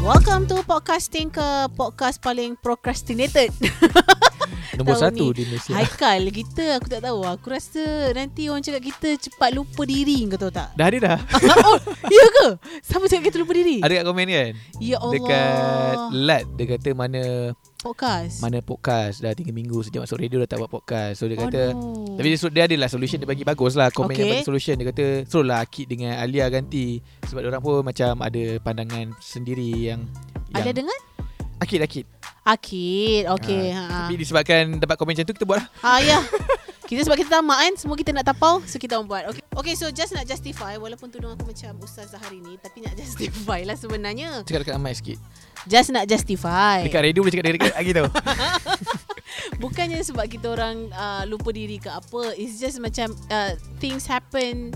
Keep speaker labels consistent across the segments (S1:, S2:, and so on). S1: Welcome to Podcast Tinker Podcast paling procrastinated
S2: Nombor
S1: Tahun
S2: satu
S1: ni.
S2: di Malaysia
S1: Haikal kita Aku tak tahu Aku rasa nanti orang cakap kita Cepat lupa diri Kau tahu tak?
S2: Dah ada dah
S1: oh, ya ke? Siapa cakap kita lupa diri?
S2: Ada kat komen kan
S1: Ya Allah
S2: Dekat Lat Dia kata mana
S1: Podcast
S2: Mana podcast Dah 3 minggu Sejak masuk radio Dah tak buat podcast So
S1: Oh,
S2: dia kata
S1: Aduh.
S2: Tapi dia, su- dia adalah solution Dia bagi bagus lah Komen okay. yang
S1: Okay.
S2: bagi solution Dia kata Suruhlah Akid dengan Alia ganti Sebab orang pun macam Ada pandangan sendiri yang
S1: Ada
S2: yang
S1: dengar?
S2: Akid Akid
S1: Akid Okay ha.
S2: Tapi disebabkan Dapat komen macam tu Kita buat lah
S1: Ah ya. Kita sebab kita tamak kan Semua kita nak tapau So kita orang buat Okay, okay so just nak justify Walaupun tudung aku macam Ustaz Zahari ni Tapi nak justify lah sebenarnya
S2: Cakap dekat mic sikit
S1: Just nak justify
S2: Dekat radio boleh cakap dekat lagi tau
S1: Bukannya sebab kita orang uh, Lupa diri ke apa It's just macam uh, Things happen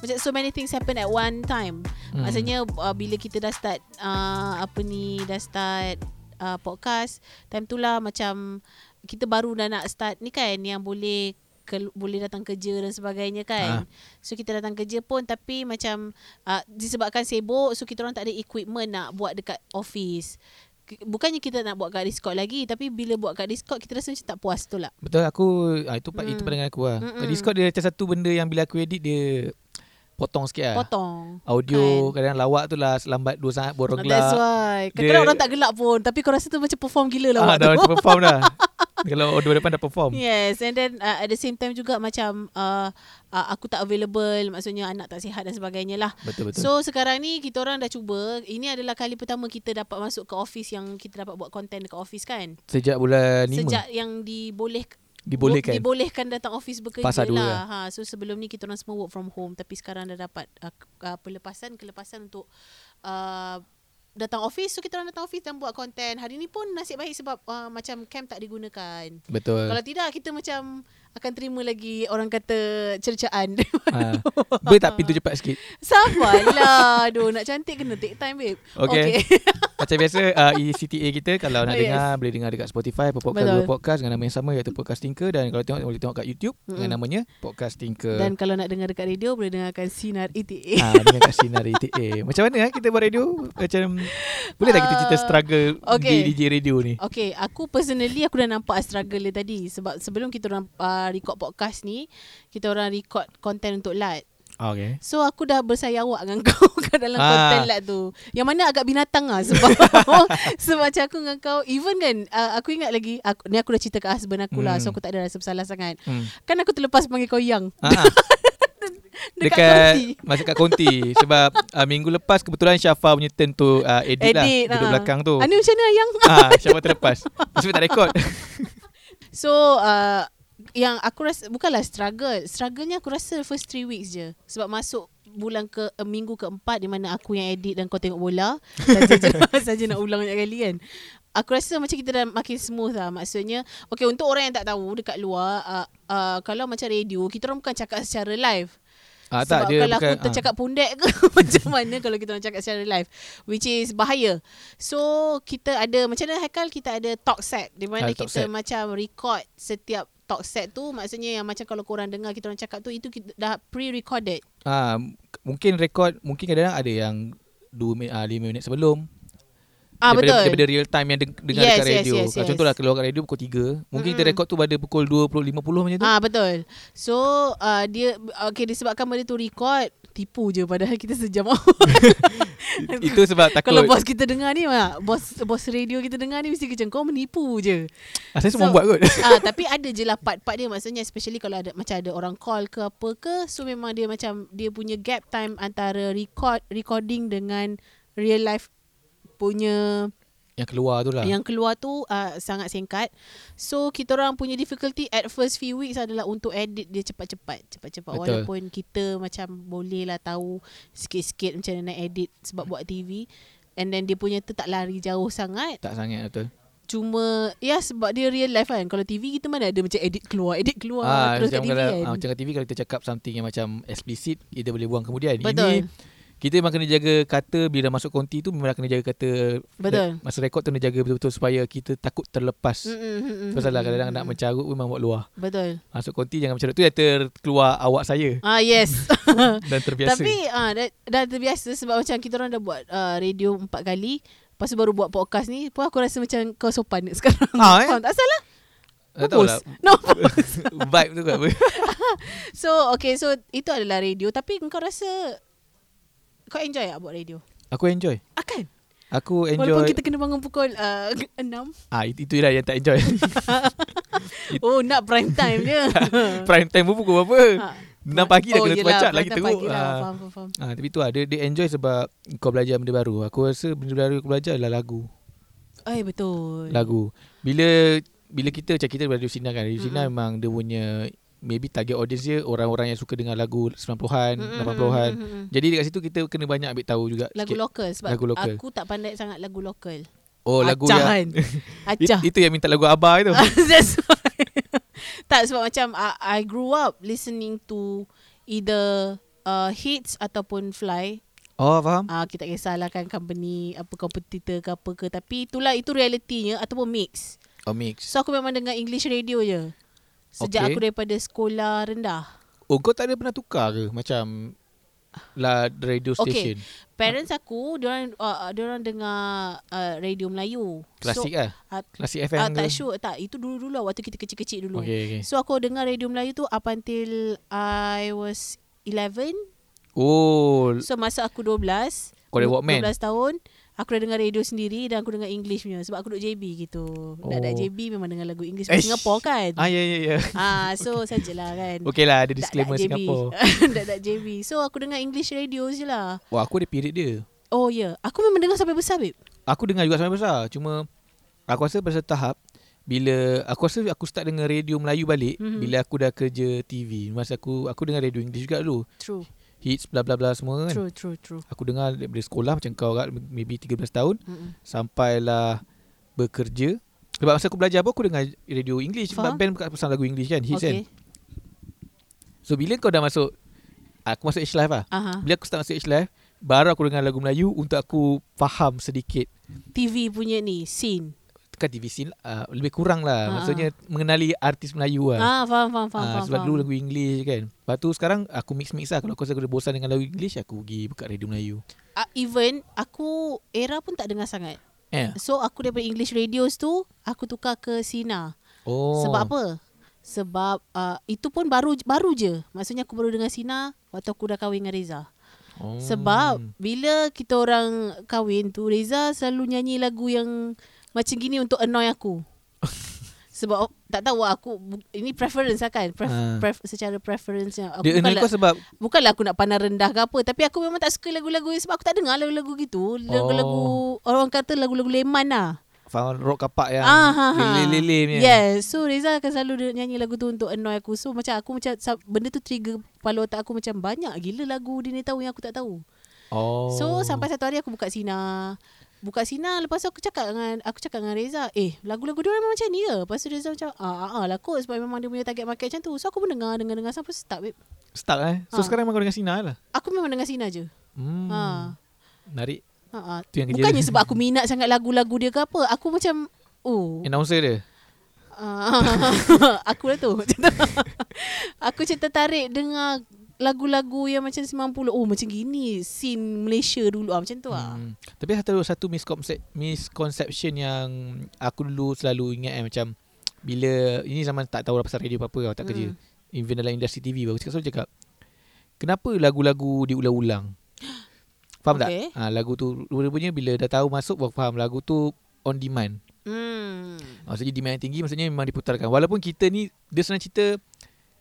S1: Macam so many things happen at one time
S2: Hmm.
S1: hmm. Maksudnya uh, Bila kita dah start uh, Apa ni Dah start uh, Podcast Time tu lah macam Kita baru dah nak start Ni kan Yang boleh ke, boleh datang kerja dan sebagainya
S2: Ah.
S1: kan. Ha. So kita datang kerja pun tapi macam uh, disebabkan sibuk so kita orang tak ada equipment nak buat dekat office. K- Bukannya kita nak buat kat Discord lagi tapi bila buat kat Discord kita rasa macam tak puas tu lah.
S2: Betul aku ah, itu hmm. itu pandangan aku lah.
S1: Mm-mm.
S2: Kat Discord dia macam satu benda yang bila aku edit dia potong sikit lah.
S1: Potong. Kan.
S2: Audio kadang lawak tu lah lambat dua saat borong
S1: That's
S2: gelap. Ah,
S1: why. Kadang-kadang
S2: Dia-
S1: orang tak gelak pun tapi kau rasa tu macam perform gila lah.
S2: Ah,
S1: awak tu. Ya.
S2: dah macam perform dah. Kalau audio depan dah perform.
S1: Yes and then uh, at the same time juga macam uh, uh, aku tak available maksudnya anak tak sihat dan sebagainya lah.
S2: Betul betul.
S1: So sekarang ni kita orang dah cuba. Ini adalah kali pertama kita dapat masuk ke office yang kita dapat buat konten dekat office kan.
S2: Sejak bulan 5
S1: Sejak yang diboleh
S2: dibolehkan.
S1: dibolehkan datang office bekerja
S2: Fasa dua
S1: lah. Ha, so sebelum ni kita orang semua work from home tapi sekarang dah dapat uh, k- uh, pelepasan kelepasan untuk uh, datang office so kita orang datang office dan buat konten. Hari ni pun nasib baik sebab uh, macam camp tak digunakan.
S2: Betul.
S1: Kalau tidak kita macam akan terima lagi orang kata cercaan.
S2: Ah. Ber tak pintu cepat sikit.
S1: Sabarlah. lah. Aduh, nak cantik kena take time, babe.
S2: Okay. Macam biasa uh, ECTA kita kalau
S1: Oh,
S2: nak
S1: yes.
S2: dengar boleh dengar dekat Spotify podcast
S1: Betul.
S2: dua podcast dengan nama yang sama iaitu Podcast Tinker dan kalau tengok boleh tengok kat YouTube mm-hmm. dengan namanya Podcast Tinker.
S1: Dan kalau nak dengar dekat radio, boleh dengarkan Sinar E ETA.
S2: Ah, dengan Kak Sinar ETA. Macam mana eh, kita buat radio? Macam boleh tak kita cerita
S1: Ah,
S2: struggle
S1: okay.
S2: di DJ radio ni?
S1: Okay, aku personally aku dah nampak struggle dia tadi. Sebab sebelum kita orang uh, record podcast ni, kita orang record content untuk LAT.
S2: Ah, okay.
S1: So aku dah bersayawak dengan kau kat dalam
S2: Ah.
S1: ah. konten lah tu. Yang mana agak binatang lah sebab sebab macam aku dengan kau even kan uh, aku ingat lagi aku, ni aku dah cerita ke husband aku lah
S2: Hmm.
S1: so aku tak ada rasa bersalah sangat.
S2: Hmm.
S1: Kan aku terlepas panggil kau yang
S2: Ah,
S1: dekat,
S2: dekat
S1: konti.
S2: masa kat konti sebab ah, minggu lepas kebetulan Syafa punya turn tu ah, edit, lah
S1: Edit,
S2: duduk
S1: ah.
S2: belakang tu.
S1: Ah, ni macam mana yang
S2: Ah, Syafa terlepas. Sebab tak rekod.
S1: So uh, yang aku rasa bukanlah struggle. Struggle-nya aku rasa first three weeks je. Sebab masuk bulan ke uh, minggu keempat di mana aku yang edit dan kau tengok bola. Saja saja nak ulang banyak kali kan. Aku rasa macam kita dah makin smooth lah Maksudnya Okay untuk orang yang tak tahu Dekat luar uh, uh, Kalau macam radio Kita orang bukan cakap secara live
S2: Ah,
S1: Sebab
S2: tak dia
S1: kalau
S2: bukan,
S1: aku tercakap pundek ke Macam mana kalau kita orang cakap secara live Which is bahaya So kita ada Macam mana Haikal kita ada talk set Di mana
S2: Ah, talk
S1: kita
S2: set.
S1: macam record setiap talk set tu Maksudnya yang macam kalau korang dengar kita orang cakap tu Itu kita dah pre-recorded
S2: Ah, ah, mungkin rekod mungkin kadang ada yang 2 minit ah, 5 minit sebelum
S1: Ah
S2: daripada,
S1: betul
S2: daripada real time yang deng- dengar
S1: Yes,
S2: dekat
S1: yes,
S2: radio.
S1: yes,
S2: Ah,
S1: yes.
S2: Contohlah keluar kat radio pukul 3, mungkin kita rekod tu pada pukul 20.50 macam tu.
S1: Ah betul. So uh, dia okay disebabkan benda tu record tipu je padahal kita sejam
S2: Itu sebab takut.
S1: Kalau bos kita dengar ni ah, bos bos radio kita dengar ni mesti macam kau menipu je.
S2: Ah, saya semua
S1: So-
S2: buat kot.
S1: ah, tapi ada je lah part-part dia maksudnya especially kalau ada macam ada orang call ke apa ke so memang dia macam dia punya gap time antara record recording dengan real life punya
S2: Yang keluar tu lah.
S1: yang keluar tu uh, sangat singkat. So kita orang punya difficulty at first few weeks adalah untuk edit dia cepat-cepat, cepat-cepat
S2: Betul.
S1: walaupun kita macam boleh lah tahu sikit-sikit macam mana nak edit sebab buat TV and then dia punya tu tak lari jauh sangat
S2: Tak sangat betul.
S1: Cuma Ya sebab dia real life kan Kalau TV kita mana ada Macam edit keluar Edit keluar ah, Terus kat TV
S2: kalau,
S1: kan
S2: ah, macam kat TV kalau kita cakap something yang macam explicit, kita boleh buang kemudian. Ini
S1: Betul.
S2: kita memang kena jaga kata bila dah masuk konti tu memang kena jaga kata
S1: Betul.
S2: masa rekod tu kena jaga betul-betul supaya kita takut terlepas. Mm.
S1: Mm-mm, mm-mm,
S2: Pasal lah
S1: mm-mm.
S2: kadang-kadang nak mencarut pun memang buat luar.
S1: Betul
S2: Masuk konti jangan mencarut tu yang terkeluar awak saya
S1: Ah yes
S2: dan terbiasa.
S1: Tapi ah, dah, dah terbiasa Sebab macam kita orang dah buat uh, Radio ah, empat kali Lepas tu baru buat podcast ni Pun aku rasa macam Kau sopan sekarang
S2: Ha, eh?
S1: Faham tak salah
S2: Tak tahu lah
S1: No
S2: Vibe tu kat apa
S1: So okay so Itu adalah radio Tapi kau rasa Kau enjoy tak buat radio
S2: Aku enjoy
S1: Akan
S2: Aku
S1: Walaupun
S2: enjoy
S1: kita kena bangun pukul uh, 6
S2: Ah itu, itulah yang tak enjoy
S1: Oh nak prime time je
S2: Prime time pun pukul berapa
S1: Ha.
S2: 6 pagi dah
S1: Oh,
S2: kena
S1: yelah,
S2: terbacat lagi
S1: prime time
S2: teruk
S1: pagi lah.
S2: Ah.
S1: Faham, faham, faham.
S2: Ah, tapi tu lah dia, dia enjoy sebab kau belajar benda baru Aku rasa benda baru aku belajar adalah lagu
S1: Eh betul
S2: Lagu Bila bila kita macam kita radio Sina kan Radio Sina
S1: Hmm.
S2: memang dia punya Maybe target audience dia Orang-orang yang suka dengar lagu 90-an
S1: Mm-mm, mm-mm,
S2: 80-an
S1: mm-mm.
S2: Jadi dekat situ kita kena banyak ambil tahu juga
S1: hmm, Lagu
S2: sikit.
S1: lokal sebab
S2: Lagu lokal.
S1: aku tak pandai sangat lagu lokal.
S2: Oh lagu
S1: Acahan.
S2: yang It-
S1: Acah. Ah.
S2: Itu yang minta lagu Abah itu
S1: That's why. tak sebab macam I, I grew up listening to either uh, hits ataupun fly.
S2: Oh faham
S1: Ah uh, kita tak kisahlah kan company apa kompetitor ke apa ke tapi itulah itu realitinya ataupun mix.
S2: Oh mix
S1: So aku memang dengar English radio je. Sejak
S2: Okay.
S1: okay. aku daripada sekolah rendah.
S2: Oh kau tak ada pernah tukar ke Macam lah radio
S1: Okay.
S2: station
S1: Parents aku diorang uh, diorang dengar uh, radio Melayu. so,
S2: Klasik lah
S1: ah,
S2: Klasik
S1: Ah,
S2: FM ke
S1: tak sure tak itu dulu-dulu lah waktu kita kecil-kecil dulu.
S2: Okay, okay.
S1: So aku dengar radio Melayu tu up until I was 11.
S2: Oh
S1: So masa aku 12,
S2: Kau ada Walkman?
S1: 12 tahun, aku dah dengar radio sendiri dan aku dengar English punya sebab aku duduk JB gitu. Oh. Dah
S2: Oh.
S1: JB memang dengar lagu English
S2: Eish.
S1: Singapore kan.
S2: Ah ya ya ya
S1: Ah so sajalah kan.
S2: Okay lah ada
S1: Dak-dak
S2: disclaimer
S1: JB.
S2: Singapore
S1: Dak-dak JB. So aku dengar English radio je lah.
S2: Wah aku ada period dia
S1: Oh ya, yeah. aku memang dengar sampai besar babe.
S2: Aku dengar juga sampai besar Cuma Aku rasa pada satu tahap Bila Aku rasa aku start dengar radio Melayu balik
S1: Mhm.
S2: mm-hmm. Bila aku dah kerja TV Masa aku Aku dengar radio English juga dulu
S1: True,
S2: Hits bla bla bla semua kan
S1: true, true, true.
S2: Aku dengar daripada sekolah Macam kau kat Maybe 13 tahun
S1: Mm-mm.
S2: Sampailah Bekerja Sebab masa aku belajar pun Aku dengar radio English Sebab
S1: Faham.
S2: band kat pasang lagu English kan Hits okay.
S1: Okay.
S2: kan So bila kau dah masuk Aku masuk H-Live lah
S1: Aha.
S2: Bila aku start masuk H-Live Baru aku dengar lagu Melayu Untuk aku faham sedikit
S1: TV punya ni scene.
S2: Bukan TV scene uh, Lebih kurang
S1: Ah,
S2: lah Maksudnya mengenali artis Melayu lah
S1: Ah faham faham faham.
S2: Ah,
S1: faham
S2: sebab
S1: faham.
S2: dulu lagu English kan Lepas tu sekarang aku mix-mix lah Kalau aku rasa aku dah bosan dengan lagu English Aku pergi buka radio Melayu
S1: uh, even aku era pun tak dengar sangat.
S2: eh.
S1: So aku daripada English radios tu aku tukar ke Sina.
S2: Oh
S1: Oh. Sebab apa? Sebab uh, itu pun baru baru je. Maksudnya aku baru dengar Sina waktu aku dah kahwin dengan Reza.
S2: oh.
S1: Sebab bila kita orang kahwin tu Reza selalu nyanyi lagu yang macam gini untuk annoy aku. Sebab tak tahu lah, aku bu- ini preference lah kan pref,
S2: Ah.
S1: pref, secara preference yang aku
S2: Dia annoy
S1: bukanlah-
S2: kau sebab
S1: Bukanlah aku nak pandang rendah ke apa Tapi aku memang tak suka lagu-lagu Sebab aku tak dengar lagu-lagu gitu Lagu-lagu
S2: Oh.
S1: Orang kata lagu-lagu leman lah
S2: Faham rock kapak yang
S1: Ah, ha, ha.
S2: Lele-lele ni kan?
S1: Yes So Reza akan selalu dia nyanyi lagu tu Untuk annoy aku So macam aku macam sa- Benda tu trigger Kepala otak aku macam Banyak gila lagu dia ni tahu Yang aku tak tahu oh.
S2: Oh
S1: So sampai satu hari aku buka Sina Buka Sina Lepas tu aku cakap dengan Aku cakap dengan Reza Eh lagu-lagu dia memang macam ni ke Lepas tu Reza macam Ah, ah, ah lah kot Sebab memang dia punya target market macam tu So aku pun dengar Dengar-dengar sampai start babe.
S2: Start eh
S1: Ah.
S2: So sekarang memang kau dengan Sina lah
S1: Aku memang dengar Sina je
S2: hmm.
S1: Ah.
S2: Menarik
S1: Ha,
S2: Tu yang kerja
S1: Bukannya
S2: dia.
S1: sebab aku minat sangat lagu-lagu dia ke apa. Aku macam oh.
S2: Announcer dia
S1: ah, aku lah tu. Macam tu. aku macam tertarik dengar lagu-lagu yang macam 90. Oh macam gini scene Malaysia dulu ah macam tu ah.
S2: Hmm. Tapi satu satu misconception misconception yang aku dulu selalu ingat eh macam bila ini zaman tak tahu lah pasal radio apa-apa tau, tak
S1: Hmm.
S2: kerja. Even dalam industri TV baru cakap selalu cakap kenapa lagu-lagu diulang-ulang? Faham
S1: Okay.
S2: tak? Ha, lagu tu rupanya bila dah tahu masuk baru faham lagu tu on demand.
S1: Hmm.
S2: Maksudnya demand yang tinggi maksudnya memang diputarkan. Walaupun kita ni dia senang cerita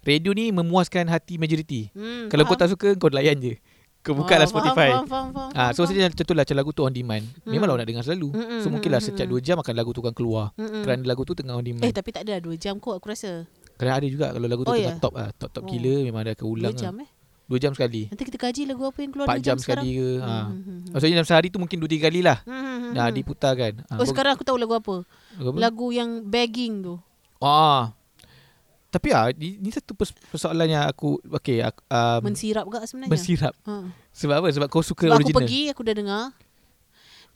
S2: radio ni memuaskan hati majoriti.
S1: Hmm.
S2: Kalau kau
S1: faham.
S2: tak suka kau layan je. Kau
S1: Ah,
S2: bukalah Spotify.
S1: Faham, faham, faham, faham, Hmm.
S2: Ah, so saya contoh lah macam lagu tu on demand. Memang lah orang nak dengar selalu.
S1: Mm-mm,
S2: So mungkinlah
S1: mm-mm,
S2: setiap 2 jam akan lagu tu akan keluar.
S1: Mm-mm.
S2: Kerana lagu tu tengah on demand.
S1: hmm, Eh tapi tak ada dah 2 jam kot aku rasa.
S2: Kerana ada juga kalau lagu
S1: Oh,
S2: tu
S1: ya?
S2: tengah top ah, top top
S1: Oh.
S2: gila memang ada akan
S1: 2
S2: ulang.
S1: jam eh.
S2: 2 jam sekali.
S1: Nanti kita kaji lagu apa yang keluar
S2: 4
S1: 2
S2: jam,
S1: sekarang.
S2: sekali ke. Ha.
S1: Hmm, hmm, hmm.
S2: Maksudnya dalam sehari tu mungkin 2 3 kali lah.
S1: Hmm, hmm, hmm,
S2: Dah
S1: hmm.
S2: diputarkan. Ah,
S1: Oh
S2: kau-
S1: sekarang aku tahu lagu apa.
S2: kau apa?
S1: Lagu yang begging tu.
S2: Ah. Tapi ah ni, ni satu pers- persoalan yang aku okey aku, um,
S1: Mensirap gak sebenarnya.
S2: bersirap.
S1: Ha.
S2: Sebab apa? Sebab kau suka
S1: Sebab aku
S2: original.
S1: pergi Aku dah dengar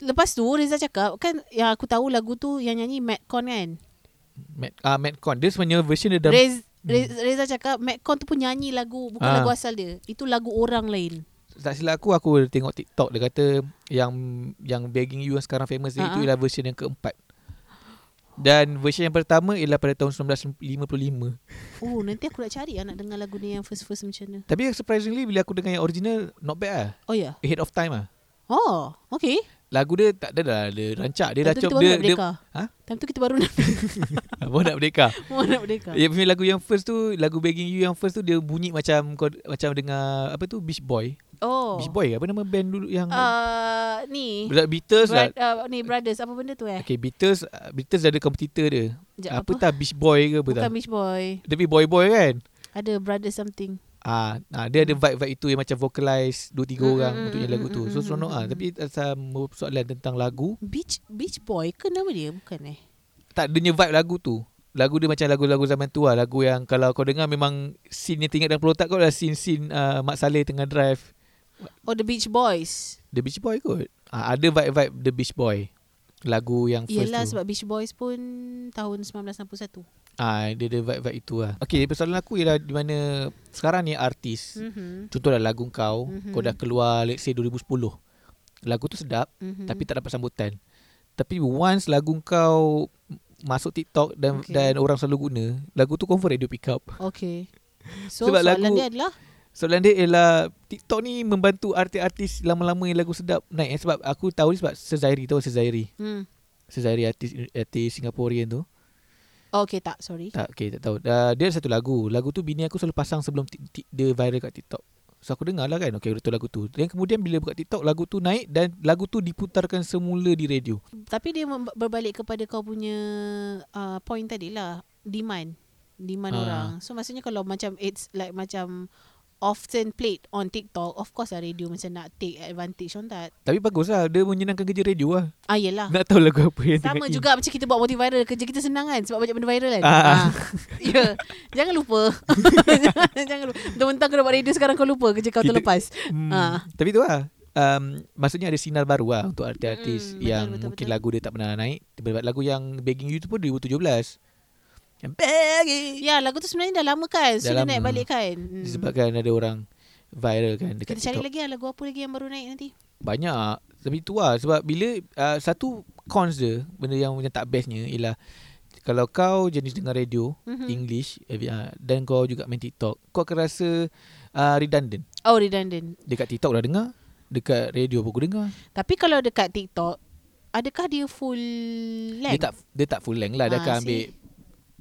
S1: Lepas tu Reza cakap Kan yang aku tahu lagu tu Yang nyanyi Madcon kan
S2: Mad, ah, Madcon. Dia sebenarnya version dia dalam
S1: Rez, Rez, Reza cakap Madcon tu pun nyanyi lagu Bukan
S2: Hmm. Ah.
S1: lagu asal dia Itu lagu orang lain
S2: tak silap aku aku tengok TikTok dia kata yang yang begging you yang sekarang famous uh-huh.
S1: Ha-ha.
S2: itu ialah version yang keempat. Dan version yang pertama ialah pada tahun 1955.
S1: Oh nanti aku nak cari lah Nak dengar lagu ni yang first-first macam mana
S2: Tapi surprisingly bila aku dengar yang original not bad lah.
S1: Oh ya
S2: Ahead of time lah.
S1: Oh okay
S2: Lagu dia tak ada dah dia rancak dia
S1: Time
S2: dah
S1: tu
S2: cop
S1: kita baru nak
S2: dia dia
S1: merdeka
S2: Ha?
S1: Time tu kita baru nak
S2: baru nak merdeka.
S1: Baru nak merdeka
S2: Ya punya lagu yang first tu lagu begging you yang first tu dia bunyi macam kau macam dengar apa tu Beach Boy.
S1: Oh
S2: Oh. Beach Boy ke? apa nama band dulu yang uh,
S1: uh, Ni
S2: Beatles lah.
S1: Brad, uh, Ni brothers Apa benda tu eh
S2: Okay Beatles Beatles ada kompetitor dia.
S1: Sekejap,
S2: apa, tak Beach Boy ke apa tak?
S1: Bukan Beach Boy
S2: Tapi boy-boy kan
S1: Ada brothers something
S2: Ah, ah dia ada
S1: Hmm.
S2: vibe-vibe itu yang macam vocalize dua tiga
S1: Mm,
S2: orang
S1: mm,
S2: untuk
S1: mm,
S2: yang lagu
S1: mm,
S2: tu.
S1: mm,
S2: So
S1: mm,
S2: seronok
S1: mm,
S2: ah.
S1: mm.
S2: Tapi asal soalan tentang lagu,
S1: Beach Beach Boy ke nama dia Bukan eh
S2: tak adanya vibe lagu tu. Lagu dia macam lagu-lagu zaman tu lah. Lagu yang kalau kau dengar memang scene yang teringat dalam otak kau adalah scene-scene uh, Mat Saleh tengah drive
S1: Oh the Beach Boys
S2: The Beach Boy kot. Ah, ada vibe-vibe The Beach Boy. Lagu yang first
S1: Yelah
S2: tu.
S1: sebab Beach Boys pun Tahun 1961
S2: Ah, dia ada vibe-vibe itu lah. Okay, persoalan aku ialah di mana sekarang ni artis. Hmm.
S1: mm-hmm.
S2: Contohlah lagu kau, mm-hmm. kau
S1: Mhm.
S2: dah keluar let's say 2010. Lagu tu sedap,
S1: Mm-hmm.
S2: tapi tak dapat sambutan. Tapi once lagu kau masuk TikTok dan okay.
S1: Okay.
S2: dan orang selalu guna, lagu tu confirm radio pick up.
S1: Okay So Sebab
S2: Sebab
S1: soalan
S2: lagu-
S1: dia adalah
S2: Soalan dia ialah TikTok ni membantu artis-artis lama-lama yang lagu sedap naik eh? sebab aku tahu ni sebab Sezairi tahu Sezairi.
S1: hmm.
S2: Sezairi artis artis Singaporean tu.
S1: oh, Okay tak sorry
S2: Tak okay, tak tahu. Uh, dia ada satu lagu. Lagu tu bini aku selalu pasang sebelum ti- ti- dia viral kat TikTok. So aku dengar lah kan Okay betul lagu tu Dan kemudian bila buka TikTok Lagu tu naik Dan lagu tu diputarkan semula di radio
S1: Tapi dia mem- berbalik kepada kau punya uh, point tadi lah demand demand
S2: Ah.
S1: orang. So maksudnya kalau macam it's like macam often played on TikTok, of course lah radio macam nak take advantage on that.
S2: Tapi bagus lah Dia menyenangkan kerja radio lah
S1: Ah yelah.
S2: Nak tahu lagu apa yang
S1: Sama
S2: tengah in.
S1: juga macam kita buat motiviral kerja kita senang kan sebab banyak benda viral kan.
S2: Ah.
S1: Ah. Ya. Yeah. Jangan lupa. Jangan lupa. Mentang-mentang kau nak buat radio sekarang kau lupa kerja kau
S2: Kita-
S1: terlepas.
S2: Hmm.
S1: Ah.
S2: Tapi tu lah um, Maksudnya ada sinar baru lah Untuk
S1: Mm,
S2: artis-artis mm,
S1: betul,
S2: Yang
S1: betul,
S2: mungkin
S1: betul.
S2: lagu dia tak pernah naik Tiba-tiba lagu yang Begging You tu pun 2017 Yang Begging yeah.
S1: Ya, lagu tu sebenarnya dah lama kan. So
S2: Dah
S1: dia naik
S2: lama.
S1: balik kan. Hmm.
S2: Disebabkan ada orang Viral kan Dekat
S1: Kita cari
S2: TikTok
S1: lagi lah lagu apa lagi yang baru naik nanti.
S2: Banyak Tapi tu lah Sebab bila uh, Satu cons dia Benda yang macam tak bestnya Ialah Kalau kau jenis dengar radio
S1: Mhm.
S2: mm-hmm. English uh, Dan kau juga main TikTok Kau akan rasa uh, Redundant
S1: Oh, redundant.
S2: Dekat TikTok dah dengar Dekat radio pun aku dengar
S1: Tapi kalau dekat TikTok, adakah dia full length?
S2: Dia tak dia tak full length lah dia
S1: Ah,
S2: akan
S1: see.
S2: ambil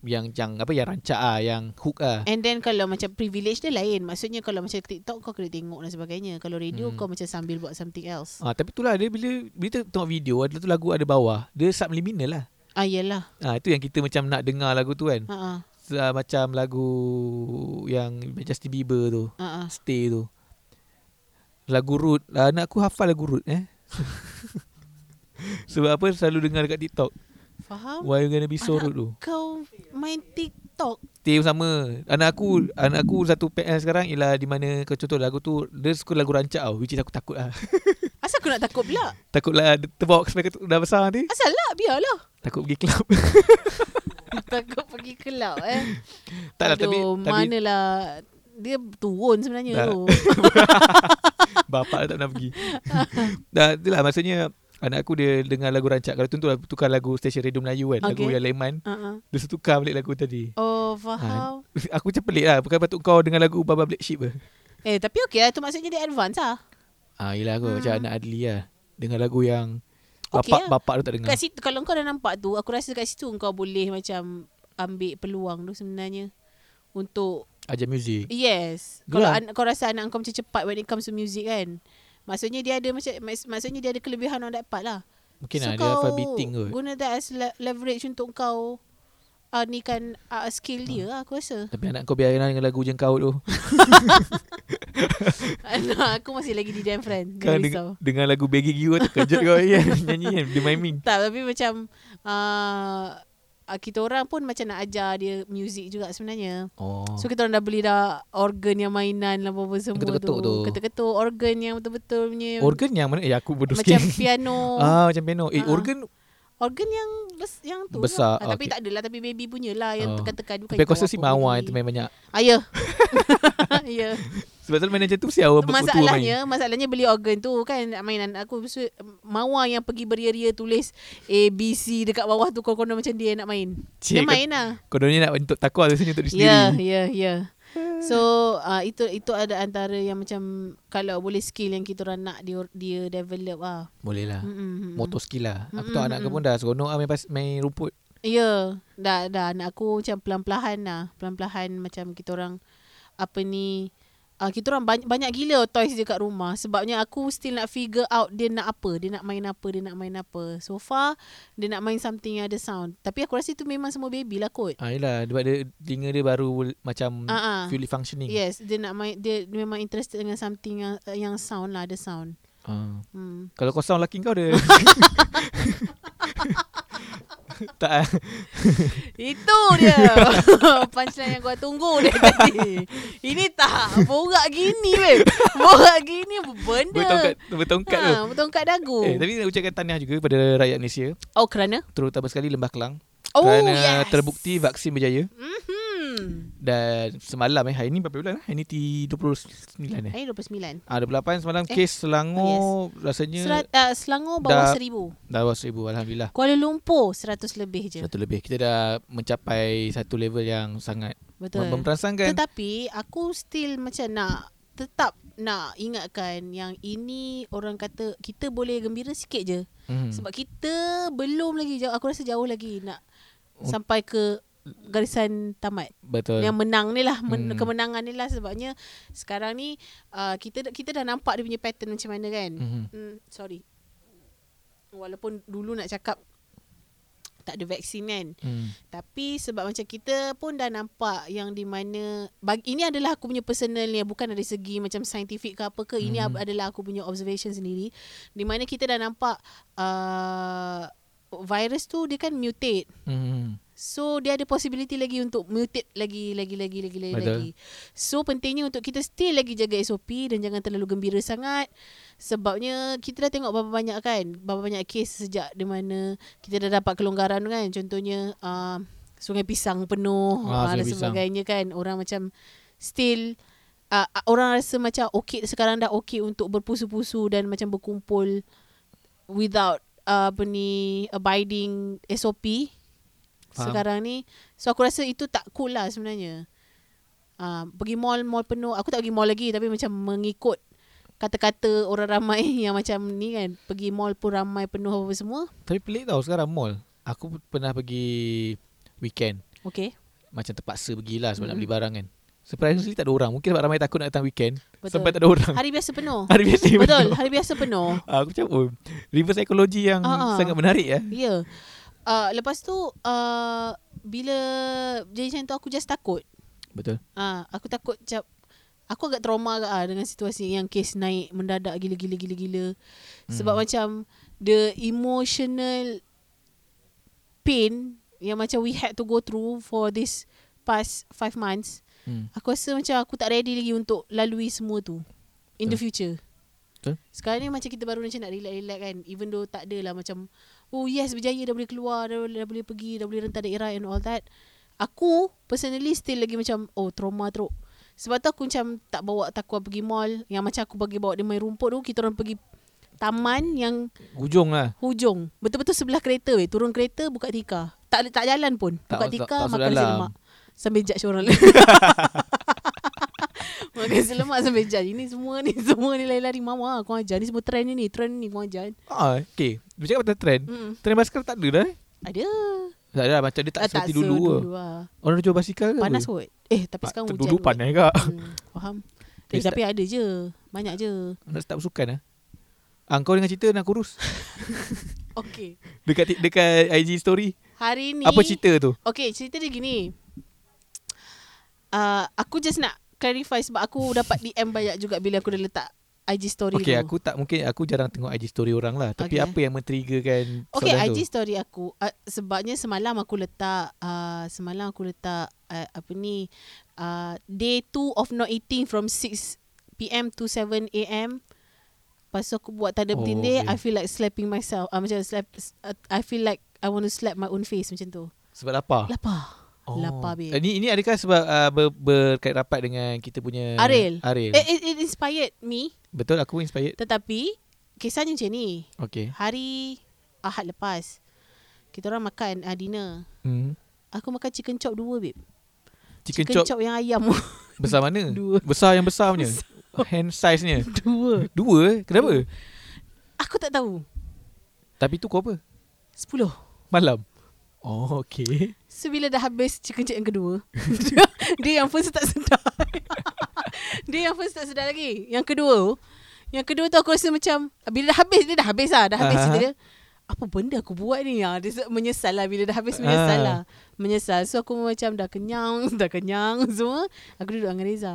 S2: yang yang apa yang rancak ah yang hook ah.
S1: And then kalau macam privilege dia lain. Maksudnya kalau macam TikTok kau kena tengok dan sebagainya. Kalau radio
S2: Hmm.
S1: kau macam sambil buat something else.
S2: Ah tapi itulah dia bila bila kita tengok video ada tu lagu ada bawah dia subliminal lah.
S1: Ah yelah.
S2: Ah itu yang kita macam nak dengar lagu tu kan.
S1: Ha ah.
S2: Ah, macam lagu yang Justin Bieber tu,
S1: Ha ah.
S2: Stay tu. Lagu Root, ah, anak aku hafal lagu Root eh. Sebab apa selalu dengar dekat TikTok.
S1: Faham?
S2: Why you gonna be
S1: Oh.
S2: so
S1: Anak
S2: rude tu.
S1: Kau main TikTok.
S2: Stay sama Anak aku Anak aku satu PL sekarang Ialah di mana Kau contoh lagu tu Dia suka lagu rancak tau Which is aku takut lah
S1: Asal aku nak takut pula?
S2: Takutlah dia terbawa ke mereka tu Dah besar nanti
S1: Asal lah, biarlah.
S2: Takut pergi club
S1: takut pergi kelab eh.
S2: Tak lah tapi,
S1: Aduh,
S2: tapi
S1: manalah. Dia turun sebenarnya
S2: Tak.
S1: tu.
S2: Bapak dia tak pernah pergi Dah itulah maksudnya Anak aku dia dengar lagu rancak Kalau tentu lah tukar lagu Stesen Radio Melayu kan okay. Lagu
S1: Okay.
S2: yang Leman
S1: Ha ah.
S2: Dia suruh tukar balik lagu tadi
S1: Oh, faham.
S2: Aku macam pelik lah Bukan patut kau dengar lagu Baba Black Sheep ke
S1: Eh, tapi okey lah. Itu maksudnya dia advance lah.
S2: Ah, yelah aku hmm. macam
S1: Hmm.
S2: anak Adli lah Dengar lagu yang
S1: Okey
S2: Bapak,
S1: lah.
S2: bapak tu tak dengar
S1: Kat situ kalau kau dah nampak tu, aku rasa kat situ kau boleh macam ambil peluang tu sebenarnya untuk
S2: Ajar muzik
S1: yes. Kalau
S2: Itulah.
S1: an- kau rasa anak kau macam cepat when it comes to music kan. Maksudnya dia ada macam maks- maksudnya dia ada kelebihan on that part lah.
S2: Mungkin
S1: so
S2: lah dia
S1: kau
S2: hafal beating kot
S1: Guna that as le- leverage untuk kau uh, ni kan uh, skill
S2: Ah.
S1: dia lah aku rasa.
S2: Tapi anak kau biarkan dengan lagu jengkau tu
S1: Anak Ah, aku masih lagi di Dan Friend.
S2: Kau
S1: Jangan risau.
S2: deng- dengar lagu Begging You Terkejut kau ya, Nyanyi kan Dia miming
S1: Tak tapi macam uh, kita orang pun macam nak ajar dia music juga sebenarnya.
S2: Oh
S1: So kita orang dah beli dah organ yang mainan lah apa-apa semua
S2: Ketuk-ketuk tu.
S1: tu. Ketuk-ketuk organ yang betul-betul punya
S2: Organ yang mana Eh aku bodoh
S1: macam
S2: sikit
S1: piano.
S2: Ah macam piano Eh
S1: Ah.
S2: organ
S1: Organ yang bes, yang tu
S2: Besar,
S1: lah. Ah, tapi
S2: okey.
S1: tak adalah tapi baby punya lah yang
S2: Oh.
S1: tekan-tekan bukan
S2: Tapi aku rasa si
S1: apa baby.
S2: Mawar yang tu main banyak
S1: Ah, ya. ya.
S2: Sebab selalu main macam tu Mesti awal bertua main
S1: Masalahnya masalahnya beli organ tu kan mainan aku so, Mawar yang pergi beria-ria tulis A B C dekat bawah tu kono macam dia nak main.
S2: Cik,
S1: dia main lah.
S2: Kau ni nak untuk takwa tu sini untuk diri
S1: Ya,
S2: sendiri
S1: ya, ya. So uh, itu itu ada antara yang macam kalau boleh skill yang kita orang nak dia dia develop ah.
S2: Boleh lah
S1: Mm-mm.
S2: Motor skill lah Aku
S1: Mm-mm,
S2: tahu anak aku
S1: mm-mm.
S2: pun dah seronok lah main, pas, main rumput
S1: Ya, yeah, dah dah anak aku macam pelan-pelan lah. Pelan-pelan macam kita orang apa ni uh, kita orang banyak, banyak gila toys dia kat rumah sebabnya aku still nak figure out dia nak apa, dia nak main apa, dia nak main apa. So far dia nak main something yang ada sound. Tapi aku rasa itu memang semua baby lah kot.
S2: Ah, yelah sebab dia, telinga dia baru bol- macam
S1: Ah, ah.
S2: fully functioning.
S1: Yes, dia nak main dia memang interested dengan something yang yang sound lah, ada sound.
S2: Ah.
S1: Hmm.
S2: Kalau kau sound laki kau dia. tak ah.
S1: Itu dia Punchline yang gua tunggu dia tadi Ini tak Borak gini weh Borak gini apa benda
S2: bertongkat bertongkat tu.
S1: ha, Bertongkat dagu
S2: Eh, tapi nak ucapkan tahniah juga kepada rakyat Malaysia,
S1: Oh kerana
S2: terutama sekali Lembah Kelang
S1: Oh
S2: kerana
S1: yes
S2: terbukti vaksin berjaya
S1: Hmm
S2: dan semalam eh hari ni berapa bulan eh? Hari ni T29 eh.
S1: Hari 29
S2: Ah 28 semalam
S1: Eh,
S2: kes Selangor rasanya
S1: Serat, uh, Selangor bawah
S2: Dah-
S1: 1000
S2: dah bawah 1000 alhamdulillah.
S1: Kuala Lumpur 100 lebih je
S2: Satu lebih. Kita dah mencapai satu level yang sangat
S1: Betul
S2: memperasankan.
S1: Tetapi aku still macam nak Tetap nak ingatkan Yang ini orang kata Kita boleh gembira sikit je
S2: Hmm.
S1: Sebab kita belum lagi jauh. Aku rasa jauh lagi nak sampai ke garisan tamat.
S2: Oh. Betul.
S1: Yang menang ni lah men-
S2: Hmm.
S1: kemenangan ni lah sebabnya sekarang ni uh, kita kita dah nampak dia punya pattern macam mana kan.
S2: Mhm.
S1: Hmm, sorry. Walaupun dulu nak cakap tak ada vaksin kan.
S2: Hmm.
S1: Tapi sebab macam kita pun dah nampak yang di mana bagi ini adalah aku punya personal ni bukan dari segi macam saintifik ke apa ke ini
S2: Mhm.
S1: ab- adalah aku punya observation sendiri di mana kita dah nampak uh, virus tu dia kan mutate
S2: Hmm.
S1: So dia ada possibility lagi untuk mutate lagi lagi lagi lagi lagi
S2: Betul.
S1: lagi. So pentingnya untuk kita still lagi jaga SOP dan jangan terlalu gembira sangat sebabnya kita dah tengok berapa banyak kan berapa banyak kes sejak di mana kita dah dapat kelonggaran tu kan contohnya uh, Sungai Pisang penuh ah,
S2: Ah, Sungai
S1: dan
S2: Pisang.
S1: sebagainya kan orang macam still uh, orang rasa macam okey sekarang dah okey untuk berpusu-pusu dan macam berkumpul without uh, apa ni abiding SOP
S2: Faham.
S1: sekarang ni so aku rasa itu tak cool lah sebenarnya uh, pergi mall mall penuh aku tak pergi mall lagi tapi macam mengikut kata-kata orang ramai yang macam ni kan pergi mall pun ramai penuh apa semua
S2: Tapi pelik tau sekarang mall. Aku p- pernah pergi weekend.
S1: okay
S2: Macam terpaksa pergilah sebab nak
S1: Mm-mm.
S2: beli barang kan. Surprisingly tak ada orang. Mungkin sebab ramai takut nak datang weekend.
S1: Betul.
S2: Betul. Sampai tak ada orang.
S1: hari biasa penuh
S2: Hari biasa
S1: betul
S2: penuh.
S1: hari biasa penuh
S2: Ah, Aku macam oh, reverse psychology yang
S1: Ah, ah.
S2: sangat menarik ya.
S1: ya yeah. uh, lepas tu uh, bila jadi macam tu aku just takut
S2: Betul.
S1: Ah, aku takut cap aku agak trauma agak ah dengan situasi yang kes naik mendadak gila-gila gila-gila. Sebab
S2: Hmm.
S1: macam the emotional pain yang macam we had to go through for this past five months.
S2: Hmm.
S1: Aku rasa macam aku tak ready lagi untuk lalui semua tu in the
S2: Betul.
S1: future.
S2: Betul.
S1: Sekarang ni macam kita baru macam nak relax-relax kan Even though tak adalah macam Oh yes berjaya dah boleh keluar Dah, dah boleh pergi Dah boleh rentas daerah and all that Aku personally still lagi macam Oh trauma teruk Sebab tu aku macam tak bawa takwa pergi mall Yang macam aku bagi bawa dia main rumput tu Kita orang pergi taman yang
S2: Hujung lah.
S1: hujung Betul-betul sebelah kereta weh Turun kereta buka tika Tak tak jalan pun
S2: Tak-
S1: Buka
S2: tak-
S1: tika
S2: tak masuk
S1: makan nasi
S2: dalam.
S1: lemak Sambil judge orang lain Makan nasi lemak sambil judge Ini semua ni Semua ni lari-lari Mama ah, kau ajar Ni semua trend ni ni Trend ni kau ajar
S2: Ah, okay. Bicara pasal trend.
S1: Mm.
S2: Trend basikal tak ada dah. eh?
S1: Ada
S2: Tak ada lah, macam dia Hmm. tak
S1: Ah,
S2: seperti dulu. dulu.
S1: lah.
S2: Orang jual basikal ke?
S1: Panas
S2: apa?
S1: kot Eh tapi
S2: Ah,
S1: sekarang hujan
S2: Dulu
S1: kot.
S2: panas kak.
S1: Hmm, Faham Eh,
S2: Eh,
S1: tapi ada je Banyak je
S2: Nak start bersukan lah. Ah, kau dengan cerita nak kurus.
S1: Okay
S2: Dekat ti- dekat IG story.
S1: Hari ni
S2: Apa cerita tu?
S1: Okay cerita dia gini uh, Aku just nak clarify Sebab aku dapat DM banyak juga Bila aku dah letak IG story
S2: Okay,
S1: tu
S2: aku tak mungkin aku jarang tengok IG story orang lah. Tapi
S1: Okay.
S2: apa yang men-triggerkan
S1: Okay
S2: soalan
S1: IG
S2: tu?
S1: story aku uh, Sebabnya semalam aku letak uh, Semalam aku letak uh, Apa ni uh, Day 2 of not eating From 6pm to 7am Lepas tu aku buat tanda
S2: Oh,
S1: bertindih
S2: okay.
S1: I feel like slapping myself uh, Macam slap, uh, I feel like I want to slap my own face macam tu.
S2: Sebab lapar. Oh.
S1: Lapar. Lapar babe.
S2: Ini ini adakah sebab uh, ber, berkait rapat dengan kita punya
S1: Aril.
S2: Aril.
S1: It, it, it inspired me
S2: Betul aku inspired.
S1: tetapi kisahnya macam ni.
S2: Okay.
S1: Hari Ahad lepas kita orang makan uh, dinner.
S2: Hmm.
S1: Aku makan chicken chop dua babe.
S2: Chicken, chop,
S1: chop yang ayam
S2: besar mana?
S1: Dua.
S2: Besar yang besar punya. Hand size nya.
S1: dua.
S2: Dua eh? Kenapa?
S1: Aku tak tahu.
S2: Tapi tu kau apa?
S1: Sepuluh.
S2: Malam. Oh, okay.
S1: So bila dah habis chicken chop yang kedua Dia yang first tak sedar Dia yang first tak sedar lagi Yang kedua tu, Yang kedua tu aku rasa macam Bila dah habis Dia dah habis lah Dah habis
S2: Aha.
S1: cerita dia Apa benda aku buat ni ah? Dia se- menyesal lah Bila dah habis menyesal
S2: Ah.
S1: lah Menyesal So aku macam dah kenyang Dah kenyang semua Aku duduk dengan Reza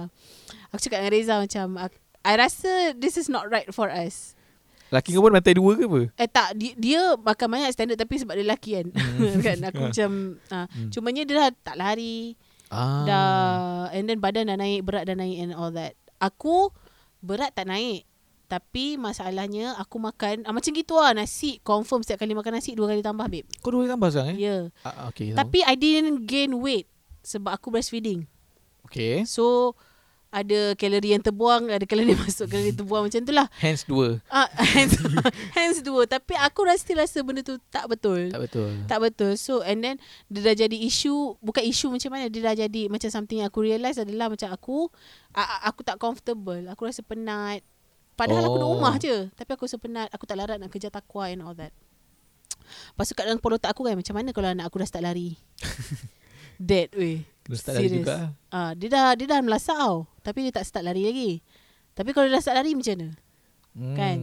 S1: Aku cakap dengan Reza macam ak- I rasa this is not right for us
S2: Laki kau pun lantai dua ke apa?
S1: Eh tak dia, dia makan banyak standard tapi sebab dia lelaki kan. kan aku macam ah
S2: Hmm.
S1: cumanya dia dah tak lari
S2: Ah.
S1: dah and then badan dah naik, berat dah naik and all that. Aku berat tak naik. Tapi masalahnya aku makan ah, macam gitu lah nasi confirm setiap kali makan nasi dua kali tambah babe.
S2: Kau dua kali tambah
S1: Ya.
S2: sekarang eh?
S1: Yeah.
S2: Ah, okay. tahu.
S1: Tapi I didn't gain weight sebab aku breastfeeding.
S2: Okay.
S1: So ada kalori yang terbuang, ada kalori masuk, kalori terbuang macam tu lah.
S2: Hands dua.
S1: Ah, hands, hands dua. Tapi aku rasa rasa benda tu tak betul.
S2: Tak betul.
S1: Tak betul. So and then dia dah jadi isu, bukan isu macam mana, dia dah jadi macam something yang aku realise adalah macam aku a- a- aku tak comfortable. Aku rasa penat. Padahal oh. aku duduk
S2: Oh.
S1: rumah je. Tapi aku rasa penat. Aku tak larat nak kerja takwa and all that. Lepas tu kat dalam kepala otak aku kan macam mana kalau anak aku dah start lari. That way.
S2: Kena start dari
S1: Serious.
S2: juga. ah.
S1: Ah, dia dah dia dah melasak tau. Tapi dia tak start lari lagi. Tapi kalau dia dah start lari macam mana?
S2: Hmm.
S1: Kan?